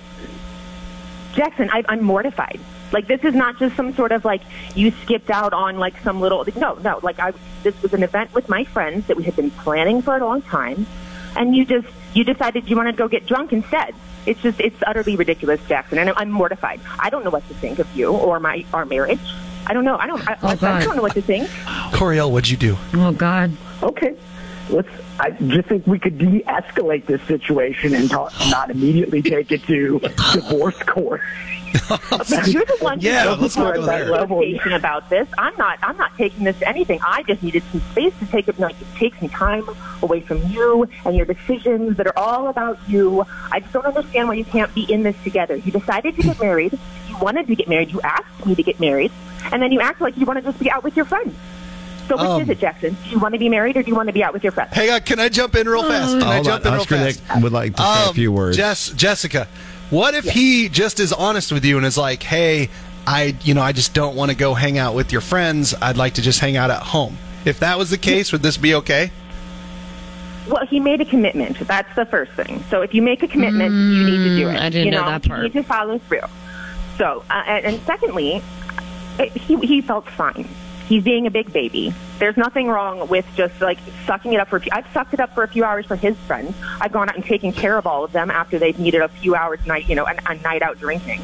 Jackson, I, I'm mortified. Like this is not just some sort of like you skipped out on like some little no no like I this was an event with my friends that we had been planning for a long time, and you just you decided you wanted to go get drunk instead. It's just it's utterly ridiculous, Jackson, and I'm mortified. I don't know what to think of you or my our marriage. I don't know. I don't. I, I, I don't know what to think. Coriel, what'd you do? Oh God. Okay. Let's. I just think we could de-escalate this situation and talk, not immediately take it to divorce court. You're the one Yeah, who let's not go that there. conversation about this. I'm not. I'm not taking this to anything. I just needed some space to take up, like, take some time away from you and your decisions that are all about you. I just don't understand why you can't be in this together. You decided to get married. You wanted to get married. You asked me to get married, and then you act like you want to just be out with your friends. So which Um, is it, Jackson? Do you want to be married or do you want to be out with your friends? Hang on, can I jump in real fast? Can I Hold jump on, in real Oscar fast? Nick would like to say a Um, few words. Jess, Jessica, what if he just is honest with you and is like, "Hey, I, you know, I just don't want to go hang out with your friends. I'd like to just hang out at home." If that was the case, would this be okay? Well, he made a commitment. That's the first thing. So if you make a commitment, you need to do it. I didn't you know know, that part. You need to follow through. So, uh, and, and secondly, it, he he felt fine. He's being a big baby. There's nothing wrong with just like sucking it up for. A few, I've sucked it up for a few hours for his friends. I've gone out and taken care of all of them after they've needed a few hours night, you know, a, a night out drinking.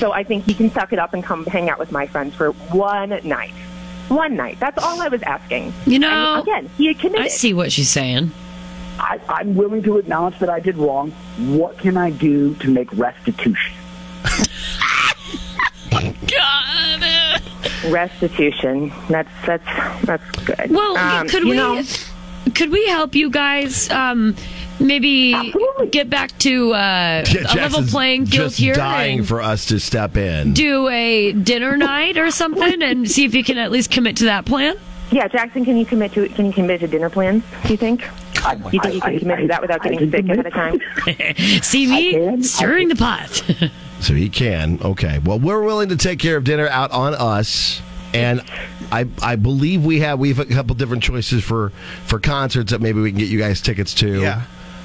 So I think he can suck it up and come hang out with my friends for one night. One night. That's all I was asking. You know, And again, he had committed. I see what she's saying. I, I'm willing to acknowledge that I did wrong. What can I do to make restitution? restitution. That's that's that's good. Well, Um, could you we know, could we help you guys um, maybe get back to uh, Yeah, a level Jackson's playing field just here dying and for us to step in. do a dinner night or something and see if you can at least commit to that plan? Yeah, Jackson, can you commit to can you commit to dinner plans? Do you think? Do you think you I- I- can commit to that without I getting can sick ahead commit. of time? CV stirring the pot. So he can. Okay. Well, we're willing to take care of dinner out on us. And I I believe we have we have a couple different choices for for concerts that maybe we can get you guys tickets to. Yeah.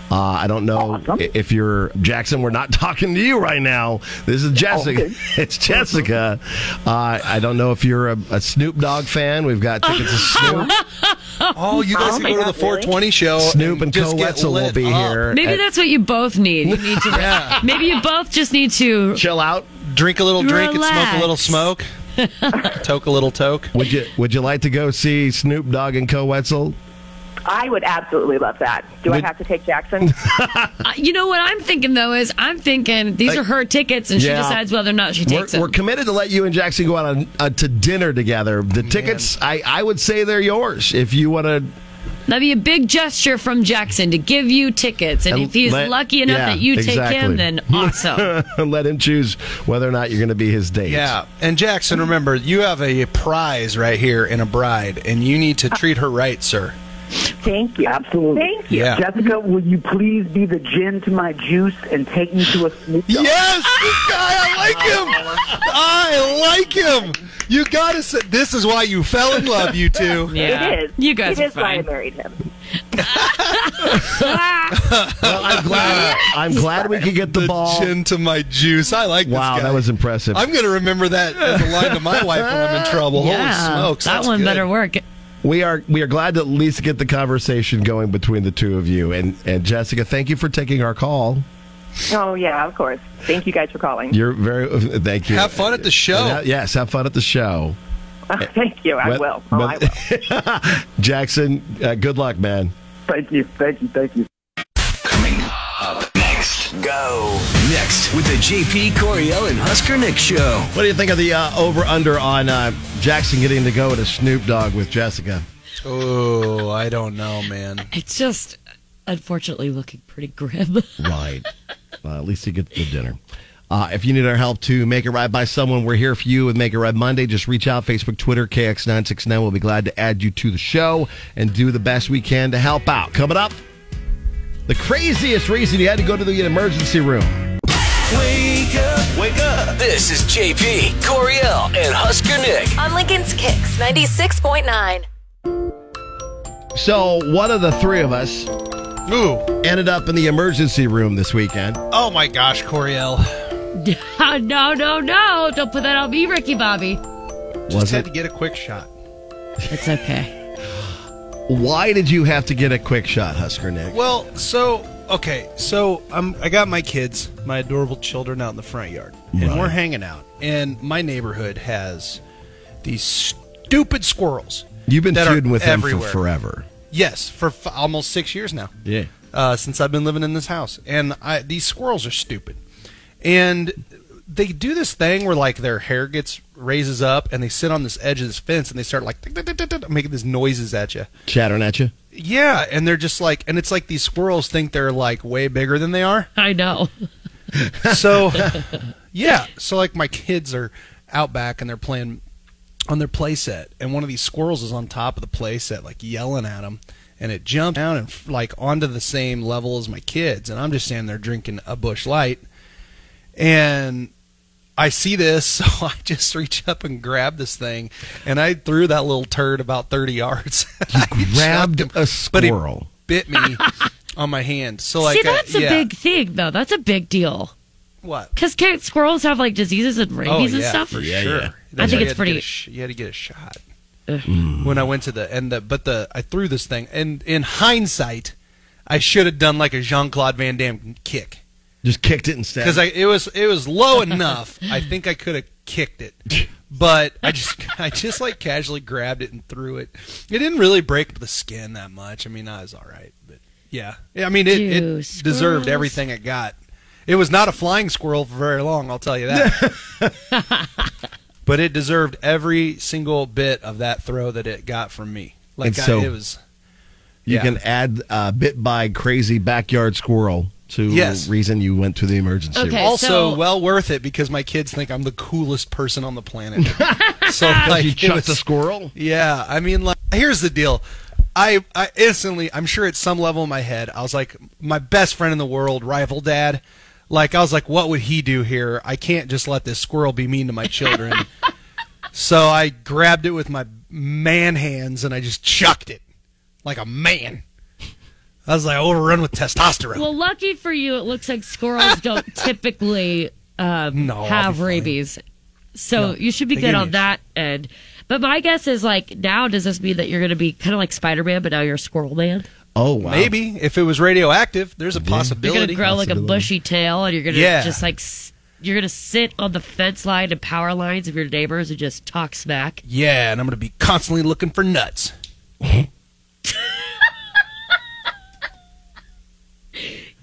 Uh, I don't know i- if you're Jackson. We're not talking to you right now. This is Jessica. It's Jessica. Uh, I don't know if you're a, a Snoop Dogg fan. We've got tickets to Snoop. Oh, you guys Oh can my go to the God, 420 show. Snoop and just Co get Wetzel will lit be up. here. Maybe at- that's what you both need. You need to. Maybe you both just need to chill out, drink a little drink, and smoke a little Relax. smoke. toke a little toke. Would you Would you like to go see Snoop Dogg and Co Wetzel? I would absolutely love that. Do Would- I have to take Jackson? Uh, you know what I'm thinking though is I'm thinking these Like- are her tickets and she Yeah. decides whether or not she We're, takes them. we're committed to let you and Jackson go out on, uh, to dinner together. The tickets, I, I would say they're yours if you want to. That'd be a big gesture from Jackson to give you tickets, and And if he's let- lucky enough yeah, that you take exactly. him, then awesome. let him choose whether or not you're going to be his date. Yeah, and Jackson, remember you have a prize right here and a bride, and you need to Uh, treat her right, sir. Thank you. Absolutely. Thank you. Yeah. Jessica, will you please be the gin to my juice and take me to a Snoop Dogg? Yes, this guy, I like him. I like him. You got to. This is why you fell in love, you two. Yeah. It is. You guys It are is why I fine. married him. Well, I'm glad. I'm glad we could get the, ball. Gin to my juice. I like Wow, this guy. that was impressive. I'm going to remember that as a line to my wife when I'm in trouble. Yeah, Oh, Holy smokes. that that's one good. better work. we are we are glad to at least get the conversation going between the two of you and and Jessica. Thank you for taking our call. Oh yeah, of course. Thank you guys for calling. You're very thank you. Have fun at the show. And, uh, yes, have fun at the show. Thank you. I But- will. Oh, I will. Jackson, uh, good luck, man. Thank you. Thank you. Thank you. Up next, go. Next with the JP Coriel and Husker Nick show. What do you think of the uh, over under on uh, Jackson getting to go to Snoop Dogg with Jessica? Oh, I don't know, man. It's just unfortunately looking pretty grim. Right. Uh, at least you get the dinner. Uh, if you need our help to make it right by someone, we're here for you with Make It Right Monday. Just reach out, Facebook, Twitter, KX969. We'll be glad to add you to the show and do the best we can to help out. Coming up, the craziest reason you had to go to the emergency room. Wake up, wake up. This is JP Coriel and Husker Nick. On Lincoln's Kicks 96.9. So, one of the three of us Ooh. ended up in the emergency room this weekend. Oh my gosh, Coriel. no, no, no! Don't put that on me, Ricky Bobby. Was Just had it? to get a quick shot. It's okay. Why did you have to get a quick shot, Husker Nick? Well, so okay, so um, I got my kids, my adorable children, out in the front yard, and Right. we're hanging out. And my neighborhood has these stupid squirrels. You've been that are feuding with him everywhere. for forever. Yes, for f- almost six years now. Yeah. uh, since I've been living in this house. And I, these squirrels are stupid, and they do this thing where like their hair gets raises up, and they sit on this edge of this fence, and they start like tick, tick, tick, tick, tick, making these noises at you. Chattering at you? Yeah, and they're just like, and it's like these squirrels think they're like way bigger than they are. I know. So, yeah, so like my kids are out back and they're playing on their playset, and one of these squirrels is on top of the playset, like yelling at them, and it jumped down and f- like onto the same level as my kids, and I'm just standing there drinking a bush light, and I see this, so I just reach up and grab this thing, and I threw that little turd about thirty yards. I chucked Grabbed him, a but he squirrel. bit me on my hand. So like, See, I- that's a yeah. big thing, though. That's a big deal. What? Because can't squirrels have like diseases and rabies Oh, and stuff? for Yeah, sure. yeah. I That's why think you it's had to get pretty. a sh- you had to get a shot Mm. when I went to the and the but the I threw this thing and in hindsight, I should have done like a Jean Claude Van Damme kick Just kicked it instead. because I it was it was low enough. I think I could have kicked it, but I just I just like casually grabbed it and threw it. It didn't really break the skin that much. I mean, I was all right, but yeah, Yeah, I mean it, it Ew, deserved squirrels. everything it got. It was not a flying squirrel for very long, I'll tell you that. but it deserved every single bit of that throw that it got from me. Like And I, so- it was You Yeah. can add uh, bit by crazy backyard squirrel to Yes. the reason you went to the emergency room. also, well worth it because my kids think I'm the coolest person on the planet. so Because like you it chucked was- a squirrel? Yeah, I mean, like here's the deal. I, I instantly, I'm sure at some level in my head, I was like, my best friend in the world, rival dad. Like I was like, what would he do here? I can't just let this squirrel be mean to my children. so I grabbed it with my man hands and I just chucked it like a man. I was like overrun with testosterone. Well, lucky for you, it looks like squirrels don't typically um, No, Oh, I'll have be fine. rabies. So No, you should be they good give on me- that end. But my guess is like now, does this mean that you're going to be kind of like Spider Man, but now you're Squirrel Man? Oh, wow. Maybe if it was radioactive, there's a You're going possibility. to grow like a bushy tail, and you're going to Yeah. just like s- you're going to sit on the fence line and power lines of your neighbors and just talk smack. Yeah, and I'm going to be constantly looking for nuts.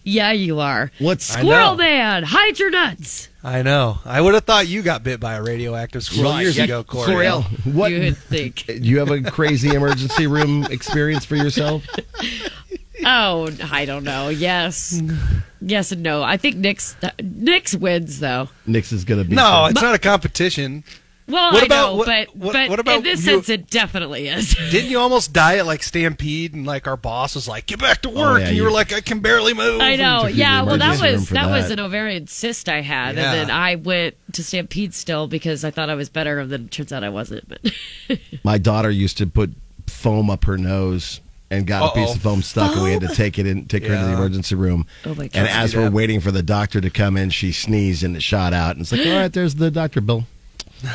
Yeah, you are. What's Squirrel Man? Hide your nuts. I know. I would have thought you got bit by a radioactive squirrel Right, years yeah, ago, Corey. Coriel, what You would think. Do you have a crazy emergency room experience for yourself? Oh, I don't know. Yes, yes and no. I think Nick's Nick's wins though. Nix is going to be. No, it's not a competition. Well, What I about- know, what- but what- but what about in this you- sense, it definitely is. Didn't you almost die at like Stampede and like our boss was like, "Get back to work," and yeah, Oh, you you- were like, "I can barely move." I know. Took you to Yeah. the Well, that emergency room was for that, was that. an ovarian cyst I had, Yeah. and then I went to Stampede still because I thought I was better, and then it turns out I wasn't. But My daughter used to put foam up her nose and got a piece Uh-oh. of foam stuck, and we had to take it in, take her to the Yeah. emergency room. Oh, my God. And as Speed we're up. waiting for the doctor to come in, she sneezed and it shot out, and it's like, all right, there's the doctor bill.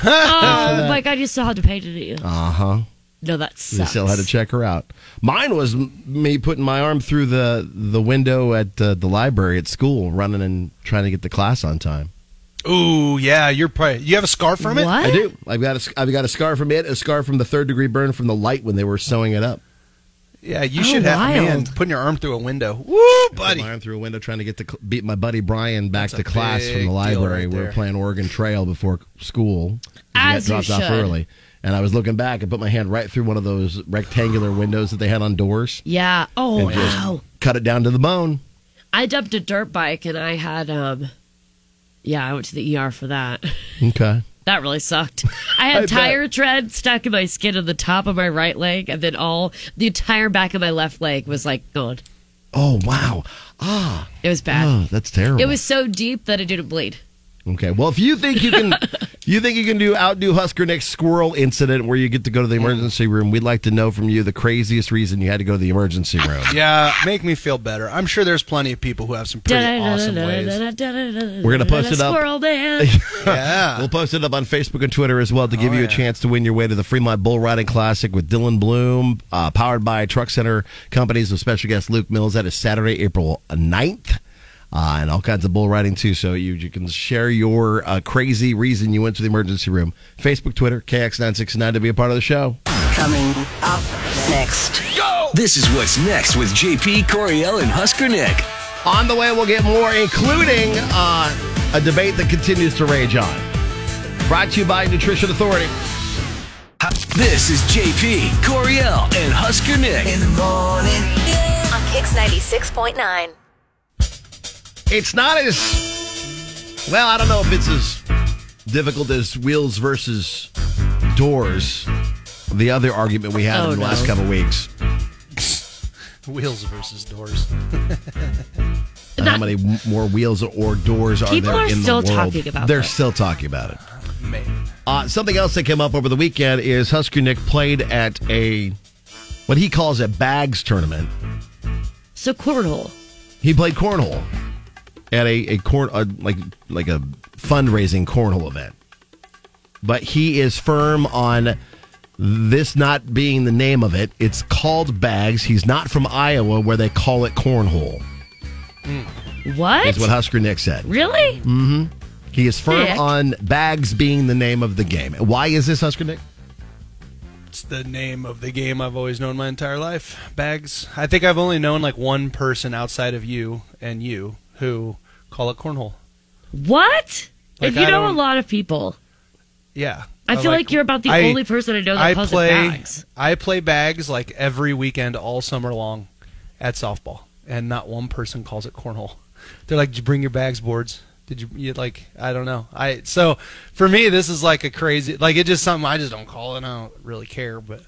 oh my god, you still had to pay to do you? Uh huh. No, that Uh-huh. They sucks. still had to check her out. Mine was m- me putting my arm through the the window at uh, the library at school, running and trying to get the class on time. Ooh, yeah. You're probably. You have a scar from it. I do. I've got a, sc- I've got a scar from it, a scar from the third degree burn from the light when they were sewing it up. Yeah, you Oh, should have man wild. putting your arm through a window. Woo, buddy. My arm through a window trying to get the cl- beat my buddy Brian back That's to a class big from the deal library. right we were there. playing Oregon Trail before school. We As you got dropped off should. early, and I was looking back and put my hand right through one of those rectangular windows that they had on doors. Yeah. Oh and just wow. cut it down to the bone. I dumped a dirt bike, and I had um. Yeah, I went to the ER for that. Okay. That really sucked. I I had bet. tire tread stuck in my skin on the top of my right leg, and then all the entire back of my left leg was like gone. Oh wow. Ah. It was bad. Oh, that's terrible. It was so deep that it didn't bleed. Okay. Well, if you think you can, you think you can do outdo Husker Nick's squirrel incident where you get to go to the emergency room. We'd like to know from you the craziest reason you had to go to the emergency room. Yeah, make me feel better. I'm sure there's plenty of people who have some pretty awesome ways. We're gonna post it up. Squirrel man. yeah. We'll post it up on Facebook and Twitter as well to give you a chance to win your way to the Fremont Bull Riding Classic with Dylan Bloom, uh, powered by Truck Center Companies with special guest Luke Mills. That is Saturday, April 9th. Uh, and all kinds of bull riding too. So you, you can share your uh, crazy reason you went to the emergency room. Facebook, Twitter, KX969 to be a part of the show. Coming up next. Go! This is what's next with JP Coriel and Husker Nick. On the way, we'll get more, including uh, a debate that continues to rage on. Brought to you by Nutrition Authority. This is JP Coriel and Husker Nick. In the morning. On Kix 96.9. It's not as well. I don't know if it's as difficult as wheels versus doors. The other argument we had Oh, in the no. last couple weeks. Uh, Wheels versus doors. how many w- more wheels or doors are People there are in still the world? talking about They're that. still talking about it. Man. Uh, something else that came up over the weekend is Husker Nick played at a what he calls a bags tournament. So cornhole. He played cornhole at a, a corn a, like like a fundraising cornhole event. But he is firm on this not being the name of it. It's called bags. He's not from Iowa where they call it cornhole. What? That's what Husker Nick said. Really? hmm He is firm Nick. on bags being the name of the game. Why is this Husker Nick? It's the name of the game I've always known my entire life. Bags. I think I've only known like one person outside of you and you who call it cornhole. What? Like, if you I know a don't- lot of people, Yeah. I Uh, feel like you're about the only person I know that I calls it play, bags. I play bags like every weekend all summer long at softball, and not one person calls it cornhole. They're like, did you bring your bags boards? Did you, you like? I don't know. I so for me, this is like a crazy. Like it's just something I just don't call and I don't really care. But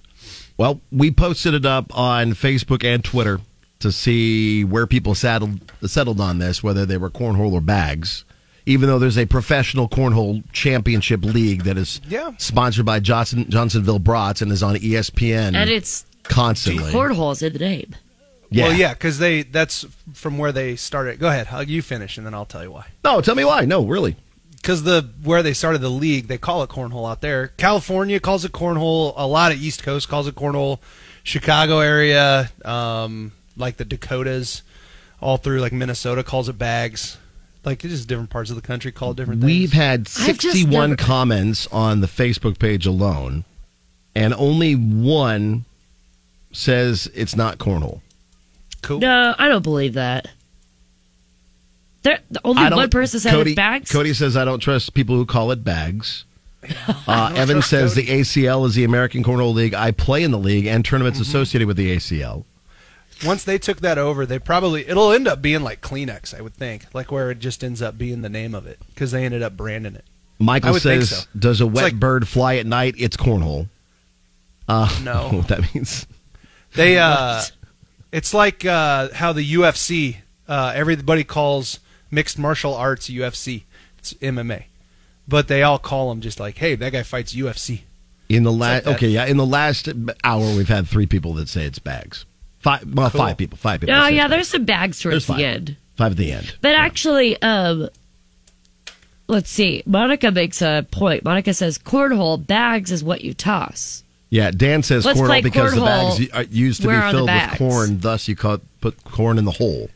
Well, we posted it up on Facebook and Twitter to see where people settled settled on this, whether they were cornhole or bags. Even though there's a professional cornhole championship league that is Yeah. sponsored by Johnson Johnsonville Brats and is on E ESPN And it's constantly. cornhole's in the name. Yeah. well, yeah, because they that's from where they started. Go ahead, Hug, you finish, and then I'll tell you why. No, tell me why. No, really. Because the where they started the league, they call it cornhole out there. California calls it cornhole. A lot of East Coast calls it cornhole. Chicago area, um, like the Dakotas, all through like Minnesota calls it bags. Like it's just different parts of the country call it different things. We've had 61 never- comments on the Facebook page alone, and only one says it's not cornhole. Cool. No, I don't believe that. There, the only I don't- one person said Cody, it's bags. Cody says, I don't trust people who call it bags. Uh, don't Evan trust says the ACL is the American Cornhole League. I play in the league and tournaments Mm-hmm. associated with the ACL. Once they took that over, they probably it'll end up being like Kleenex, I would think, like where it just ends up being the name of it because they ended up branding it. I Michael would think says, so. does a It's wet like- bird fly at night? It's cornhole. Uh, No. that means. They uh, it's like uh, how the UFC uh, everybody calls mixed martial arts UFC. It's MMA, but they all call them just like, hey, that guy fights UFC. In the like last, that. okay, yeah, in the last hour, we've had three people that say it's bags. Five, well, Cool. five people, five people. No, say Oh, yeah, it's bags. there's some bags towards There's five. the end. Five at the end. But actually, um, let's see. Monica makes a point. Monica says cornhole bags is what you toss. Yeah, Dan says Let's play cornhole because the cornhole. bags u- are used to Where be are the filled with bags? corn, thus you caught, put corn in the hole.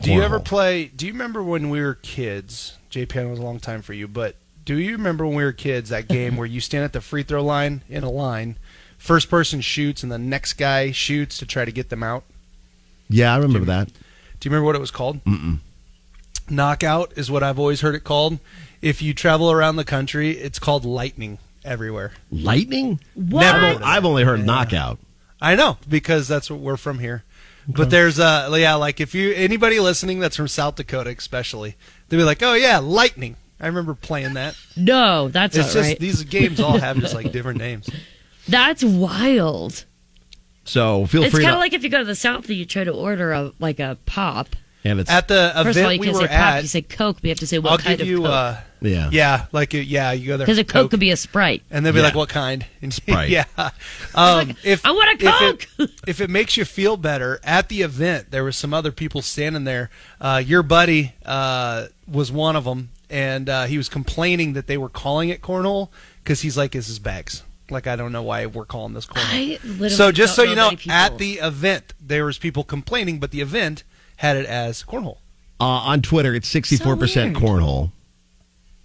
Do you ever Cornhole. play? Do you remember when we were kids? JPN was a long time for you, but do you remember when we were kids that game where you stand at the free throw line in a line, first person shoots, and the next guy shoots to try to get them out? Yeah, I remember that. Do you remember what it was called? Mm-mm. Knockout is what I've always heard it called. If you travel around the country, it's called lightning everywhere. Lightning? What? I've only, I've only heard knockout. I know because that's what we're from here. But there's uh yeah, like if you anybody listening that's from South Dakota especially, they'd be like, "Oh yeah, lightning." I remember playing that. No, that's it's not just right. these games all have just like different names. That's wild. So feel it's free kind to. of like if you go to the south and you try to order a like a pop. and it's At the First of all, event you we can't were say pop. at, You say Coke. We have to say what I'll kind give you of uh Coke. yeah. Yeah, like uh, yeah, you go there. Because a for Coke could be a Sprite. And they'll be Yeah. like, "What kind?" And Sprite. yeah. Um, if I want a If it, if it makes you feel better, at the event there was some other people standing there. Uh, your buddy uh, was one of them, and uh, he was complaining that they were calling it cornhole because he's like, "This is bags." Like I don't know why we're calling this cornhole. I literally so just so don't you know know, many people. at the event there was people complaining, but the event had it as cornhole. Uh, on Twitter, it's 64% cornhole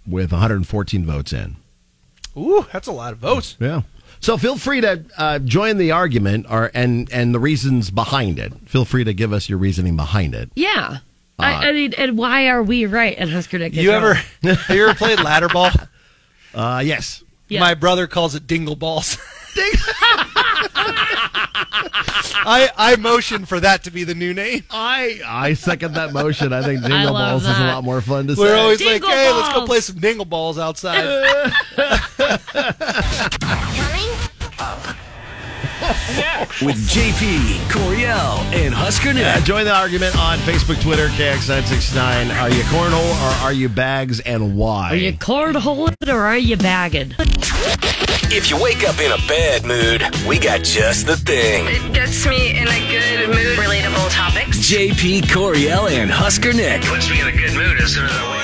with 114 votes in. Ooh, that's a lot of votes. Yeah. So feel free to uh, join the argument or and and the reasons behind it. Feel free to give us your reasoning behind it. Yeah. I, I mean, and why are we right and Husker Nick is You ever wrong? have you ever played ladder ball? Uh, yes. Yeah. My brother calls it dingle balls. I I motion for that to be the new name. I I second that motion. I think I Dingle love Balls is a that. lot more fun to We're say. always like, hey, let's go play some dingle balls outside. With JP, Coriel, and Husker Nick. Yeah, join the argument on Facebook, Twitter, KX969. Are you cornhole or are you bags and why? Are you cornholing or are you bagging? If you wake up in a bad mood, we got just the thing. It gets me in a good mood. Relatable topics. JP, Coriel, and Husker Nick. Puts me in a good mood as soon as I wake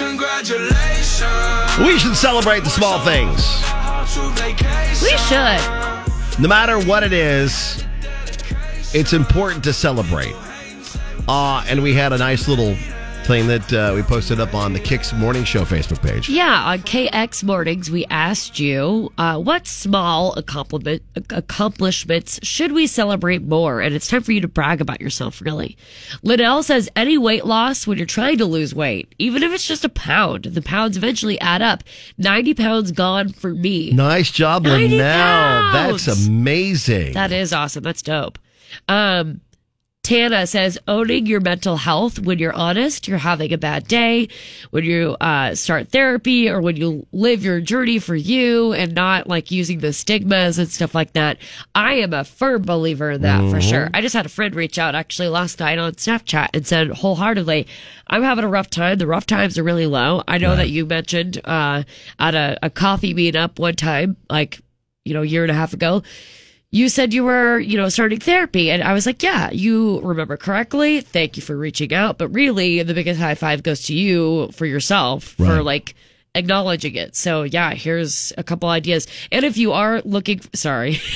up. we should celebrate the small things. We should. No matter what it is, it's important to celebrate. Uh, and we had a nice little thing that uh, we posted up on the Kicks Morning Show Facebook page. Yeah, on KX Mornings, we asked you uh, what small accomplishment, accomplishments should we celebrate more? And it's time for you to brag about yourself, really. Liddell says any weight loss when you're trying to lose weight, even if it's just a pound, the pounds eventually add up. 90 pounds gone for me. Nice job, 90 Linnell. pounds. That's amazing. That is awesome. That's dope. Um, Tana says owning your mental health when you're honest, you're having a bad day, when you uh, start therapy or when you live your journey for you and not like using the stigmas and stuff like that. I am a firm believer in that for Mhm. sure. I just had a friend reach out actually last night on Snapchat and said wholeheartedly, I'm having a rough time. The rough times are really low. I know that you mentioned uh, at a, a coffee meetup one time, like, you know, a year and a half ago, you said you were, you know, starting therapy. And I was like, yeah, you remember correctly. Thank you for reaching out. But really, the biggest high five goes to you for yourself for Right. like acknowledging it. So, yeah, here's a couple ideas. And if you are looking, sorry.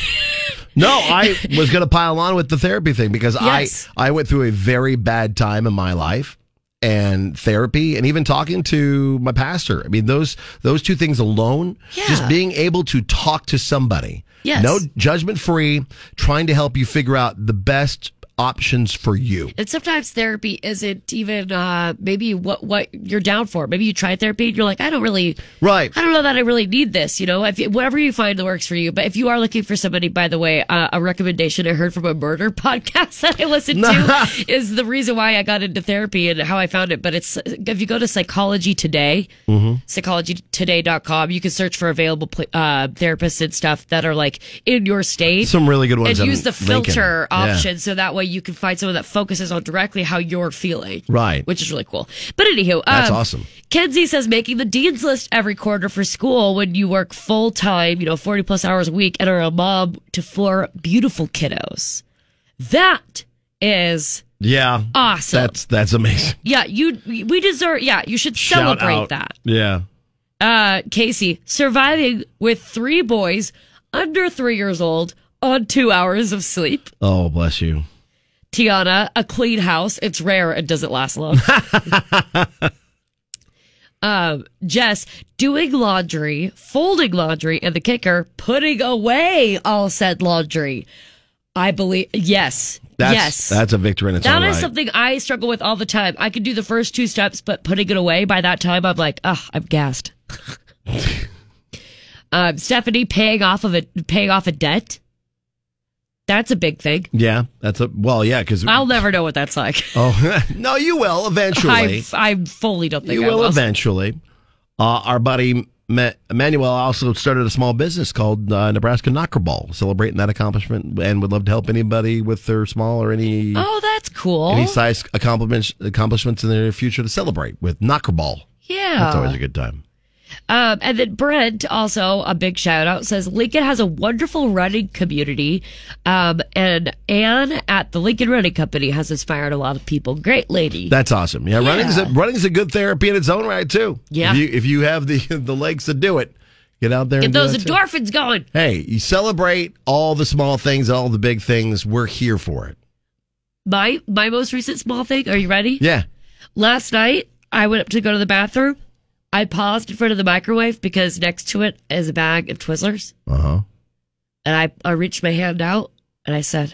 No, I was going to pile on with the therapy thing because Yes. I I went through a very bad time in my life and therapy and even talking to my pastor. I mean those those two things alone, just being able to talk to somebody. Yes. No judgment free, trying to help you figure out the best options for you. And sometimes therapy isn't even uh, maybe what what you're down for. Maybe you try therapy and you're like, I don't really, right? I don't know that I really need this. You know, if you- whatever you find that works for you. But if you are looking for somebody, by the way, uh, a recommendation I heard from a murder podcast that I listened to is the reason why I got into therapy and how I found it. But it's if you go to Psychology Today, Mhm. psychologytoday.com, you can search for available pla- uh, therapists and stuff that are like in your state. Some really good ones And in use the Lincoln. filter Yeah. option so that way you can find someone that focuses on directly how you're feeling. Right. Which is really cool. But anywho, That's um, awesome. Kenzie says making the dean's list every quarter for school when you work full time, you know, 40 plus hours a week and are a mom to four beautiful kiddos. That is Yeah. Awesome. That's that's amazing. yeah, you we deserve yeah, you should Shout celebrate out. that. Yeah. Uh Casey, surviving with three boys under 3 years old on 2 hours of sleep. Oh, bless you. Tiana, a clean house. It's rare. It doesn't last long. um, Jess, doing laundry, folding laundry, and the kicker, putting away all said laundry. I believe, yes. That's yes. that's a victory in its That own is right. something I struggle with all the time. I could do the first two steps, but putting it away by that time, I'm like, ugh, I'm gassed. um, Stephanie paying off of a paying off a debt. That's a big thing. Yeah, that's a well, yeah, because I'll never know what that's like. oh no, you will eventually. I, I fully don't think you I will eventually. Uh, our buddy Ma- Manuel also started a small business called uh, Nebraska Knockerball, celebrating that accomplishment, and would love to help anybody with their small or any Oh, that's cool. any size accomplishments accomplishments in their future to celebrate with Knockerball. Yeah. that's always a good time. Um, and then Brent, also a big shout out, says Lincoln has a wonderful running community. Um, and Anne at the Lincoln Running Company has inspired a lot of people. Great lady. That's awesome. Yeah, Yeah. running's a, running's a good therapy in its own right too. Yeah. if you, if you have the the legs to do it, get out there. Get and do those that, too. endorphins going. Hey, you celebrate all the small things, all the big things. We're here for it. My my most recent small thing. Are you ready? Yeah. Last night, I went up to go to the bathroom. I paused in front of the microwave because next to it is a bag of Twizzlers. Uh huh. And I, I reached my hand out and I said,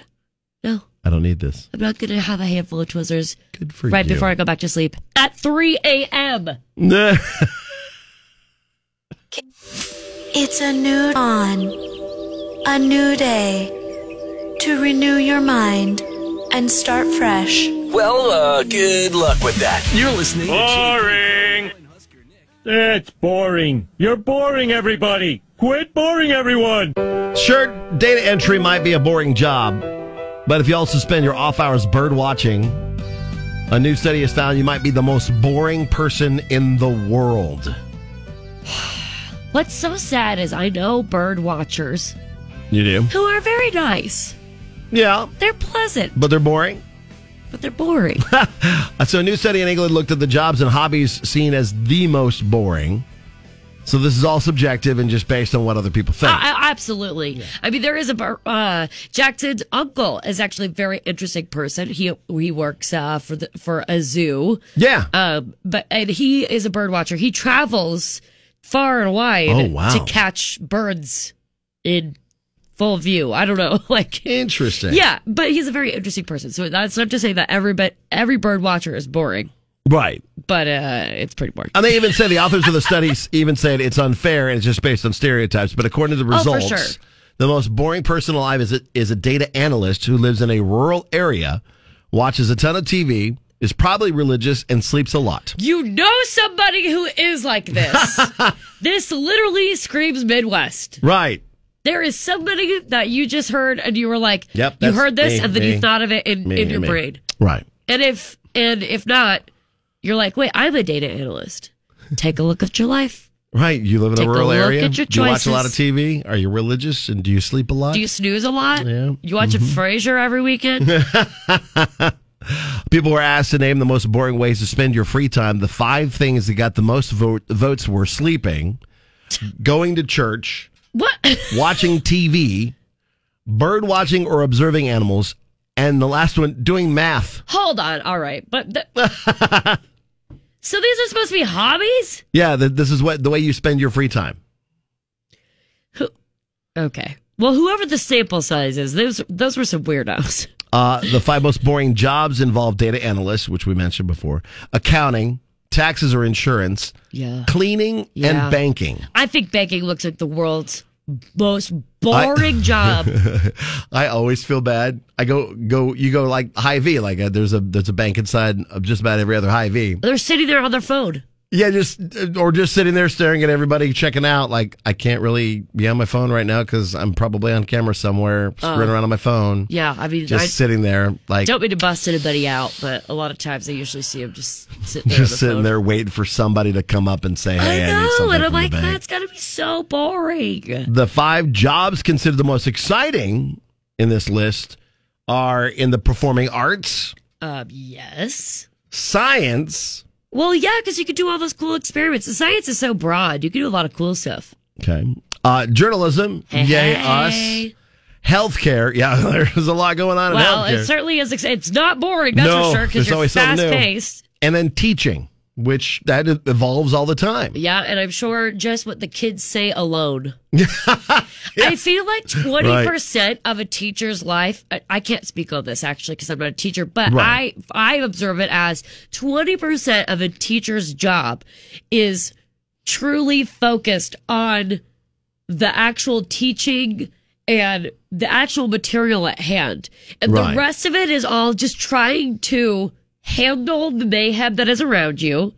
No, I don't need this. I'm not going to have a handful of Twizzlers Good for right you. before I go back to sleep at 3 a.m. It's a new dawn, a new day to renew your mind and start fresh. Well, uh, good luck with that. You're listening. Boring. It's boring. You're boring everybody. Quit boring everyone. Sure, data entry might be a boring job, but if you also spend your off hours bird watching, a new study has found you might be the most boring person in the world. What's so sad is I know bird watchers You do? who are very nice. Yeah. They're pleasant, But they're boring? but they're boring. Uh, So, a new study in England looked at the jobs and hobbies seen as the most boring. So, this is all subjective and just based on what other people think. I- I- absolutely. I mean, there is a bar- uh, Jackson's uncle is actually a very interesting person. He he works uh, for the for a zoo. Yeah. Um, but and he is a bird watcher. He travels far and wide Oh, wow. to catch birds in full view. I don't know, like Interesting. Yeah, but he's a very interesting person. So that's not to say that every but every bird watcher is boring, Right. but uh, it's pretty boring. And they even said the authors of the studies even said it's unfair and it's just based on stereotypes. But according to the Oh, for results, sure. the most boring person alive is a, is a data analyst who lives in a rural area watches a ton of TV, is probably religious, and sleeps a lot. You know somebody who is like this. this literally screams Midwest. Right. There is somebody that you just heard and you were like, Yep, you that's heard this me, and then you me, thought of it in, me, in your me. brain. Right. And if and if not, you're like, wait, I'm a data analyst. Take a look at your life. Right. You live in Take a a rural look area. at your do you watch a lot of choices. TV? Are you religious? And do you sleep a lot? Do you snooze a lot? Yeah. Mm-hmm. You watch a Frasier every weekend? People were asked to name the most boring ways to spend your free time. The five things that got the most vote, votes were sleeping, going to church, what? watching TV, bird watching or observing animals, and the last one, doing math. Hold on. All right. But th- So these are supposed to be hobbies? Yeah, th- this is what the way you spend your free time. Okay. Well, whoever the sample size is, those those were some weirdos. Uh, the five most boring jobs involve data analysts, which we mentioned before, accounting, taxes or insurance, yeah. cleaning, Yeah. and banking. I think banking looks like the world's most boring I- job. I always feel bad. I go go you go like high V like uh there's a there's a bank inside of just about every other high V. They're sitting there on their phone. Yeah, just uh, or just sitting there staring at everybody checking out like I can't really be on my phone right now cuz I'm probably on camera somewhere screwing Oh. around on my phone. Yeah, I mean, just I sitting there like don't mean to bust anybody out, but a lot of times I usually see them just sitting there. on just the sitting phone. there waiting for somebody to come up and say, "Hey, I I, need know, something and I'm from the like, bank." that's got to be so boring. The five jobs considered the most exciting in this list are in the performing arts, Um, yes. science. Well, yeah, because you could do all those cool experiments. The science is so broad; you can do a lot of cool stuff. Okay. Uh, journalism. Hey, hey. yay, us. Healthcare. Yeah, there's a lot going on in well, healthcare. it certainly is. Ex- it's not boring, that's No, for sure, because there's you're always something fast new. paced. and then teaching, which that evolves all the time. Yeah, and I'm sure just what the kids say alone. I feel like 20% of a teacher's life, I, I can't speak on this actually because I'm not a teacher, but Right. I, I observe it as 20% of a teacher's job is truly focused on the actual teaching and the actual material at hand. And Right. the rest of it is all just trying to handle the mayhem that is around you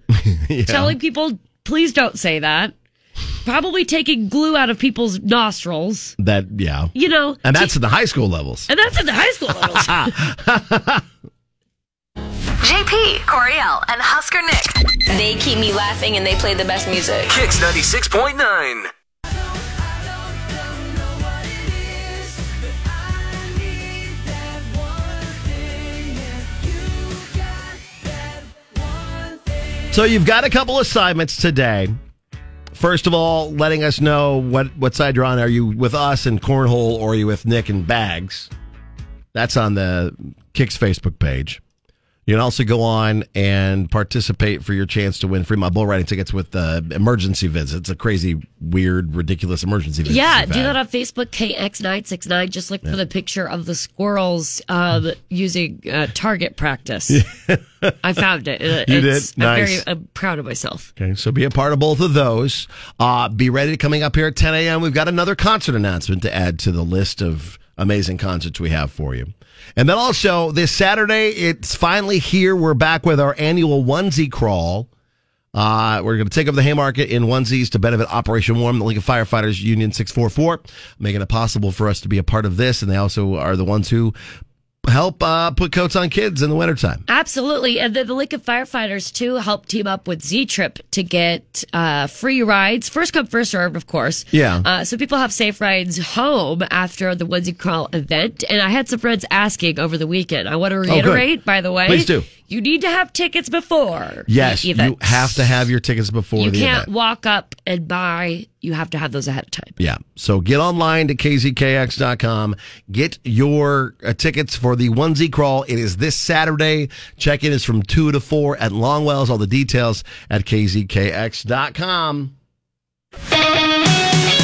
telling people please don't say that probably taking glue out of people's nostrils that yeah. you know And that's at the high school levels. and that's at the high school levels JP, Coriel, and Husker Nick. They keep me laughing and they play the best music. Kicks 96.9. So you've got a couple assignments today. First of all, letting us know what, what side you're on. Are you with us and Cornhole or are you with Nick and Bags? That's on the Kicks Facebook page. You can also go on and participate for your chance to win free my bull riding tickets with uh, emergency visits. A crazy, weird, ridiculous emergency visit. yeah we've do had. that on facebook kx969 just look for the picture of the squirrels um, using uh, target practice i found it Uh, You it's- did? i'm very Nice. I'm proud of myself Okay, so be a part of both of those. Uh, be ready coming up here at 10 a.m. We've got another concert announcement to add to the list of amazing concerts we have for you. And then also this Saturday, it's finally here. We're back with our annual onesie crawl. Uh, we're going to take over the Haymarket in onesies to benefit Operation Warm, the Lincoln Firefighters Union 644, making it possible for us to be a part of this. And they also are the ones who help uh, put coats on kids in the wintertime. Absolutely. And then the Lincoln Firefighters, too, helped team up with Z Trip to get uh, free rides. First come, first served, of course. Yeah. Uh, so people have safe rides home after the Wednesday Crawl event. And I had some friends asking over the weekend. I want to Oh, good. reiterate, by the way. Please do. You need to have tickets before. Yes, the event. you have to have your tickets before You the event. can't walk up and buy. You have to have those ahead of time. Yeah. So get online to kzkx.com. Get your uh, tickets for the onesie crawl. It is this Saturday. Check in is from 2 to 4 at Longwell's. All the details at kzkx.com. Kicks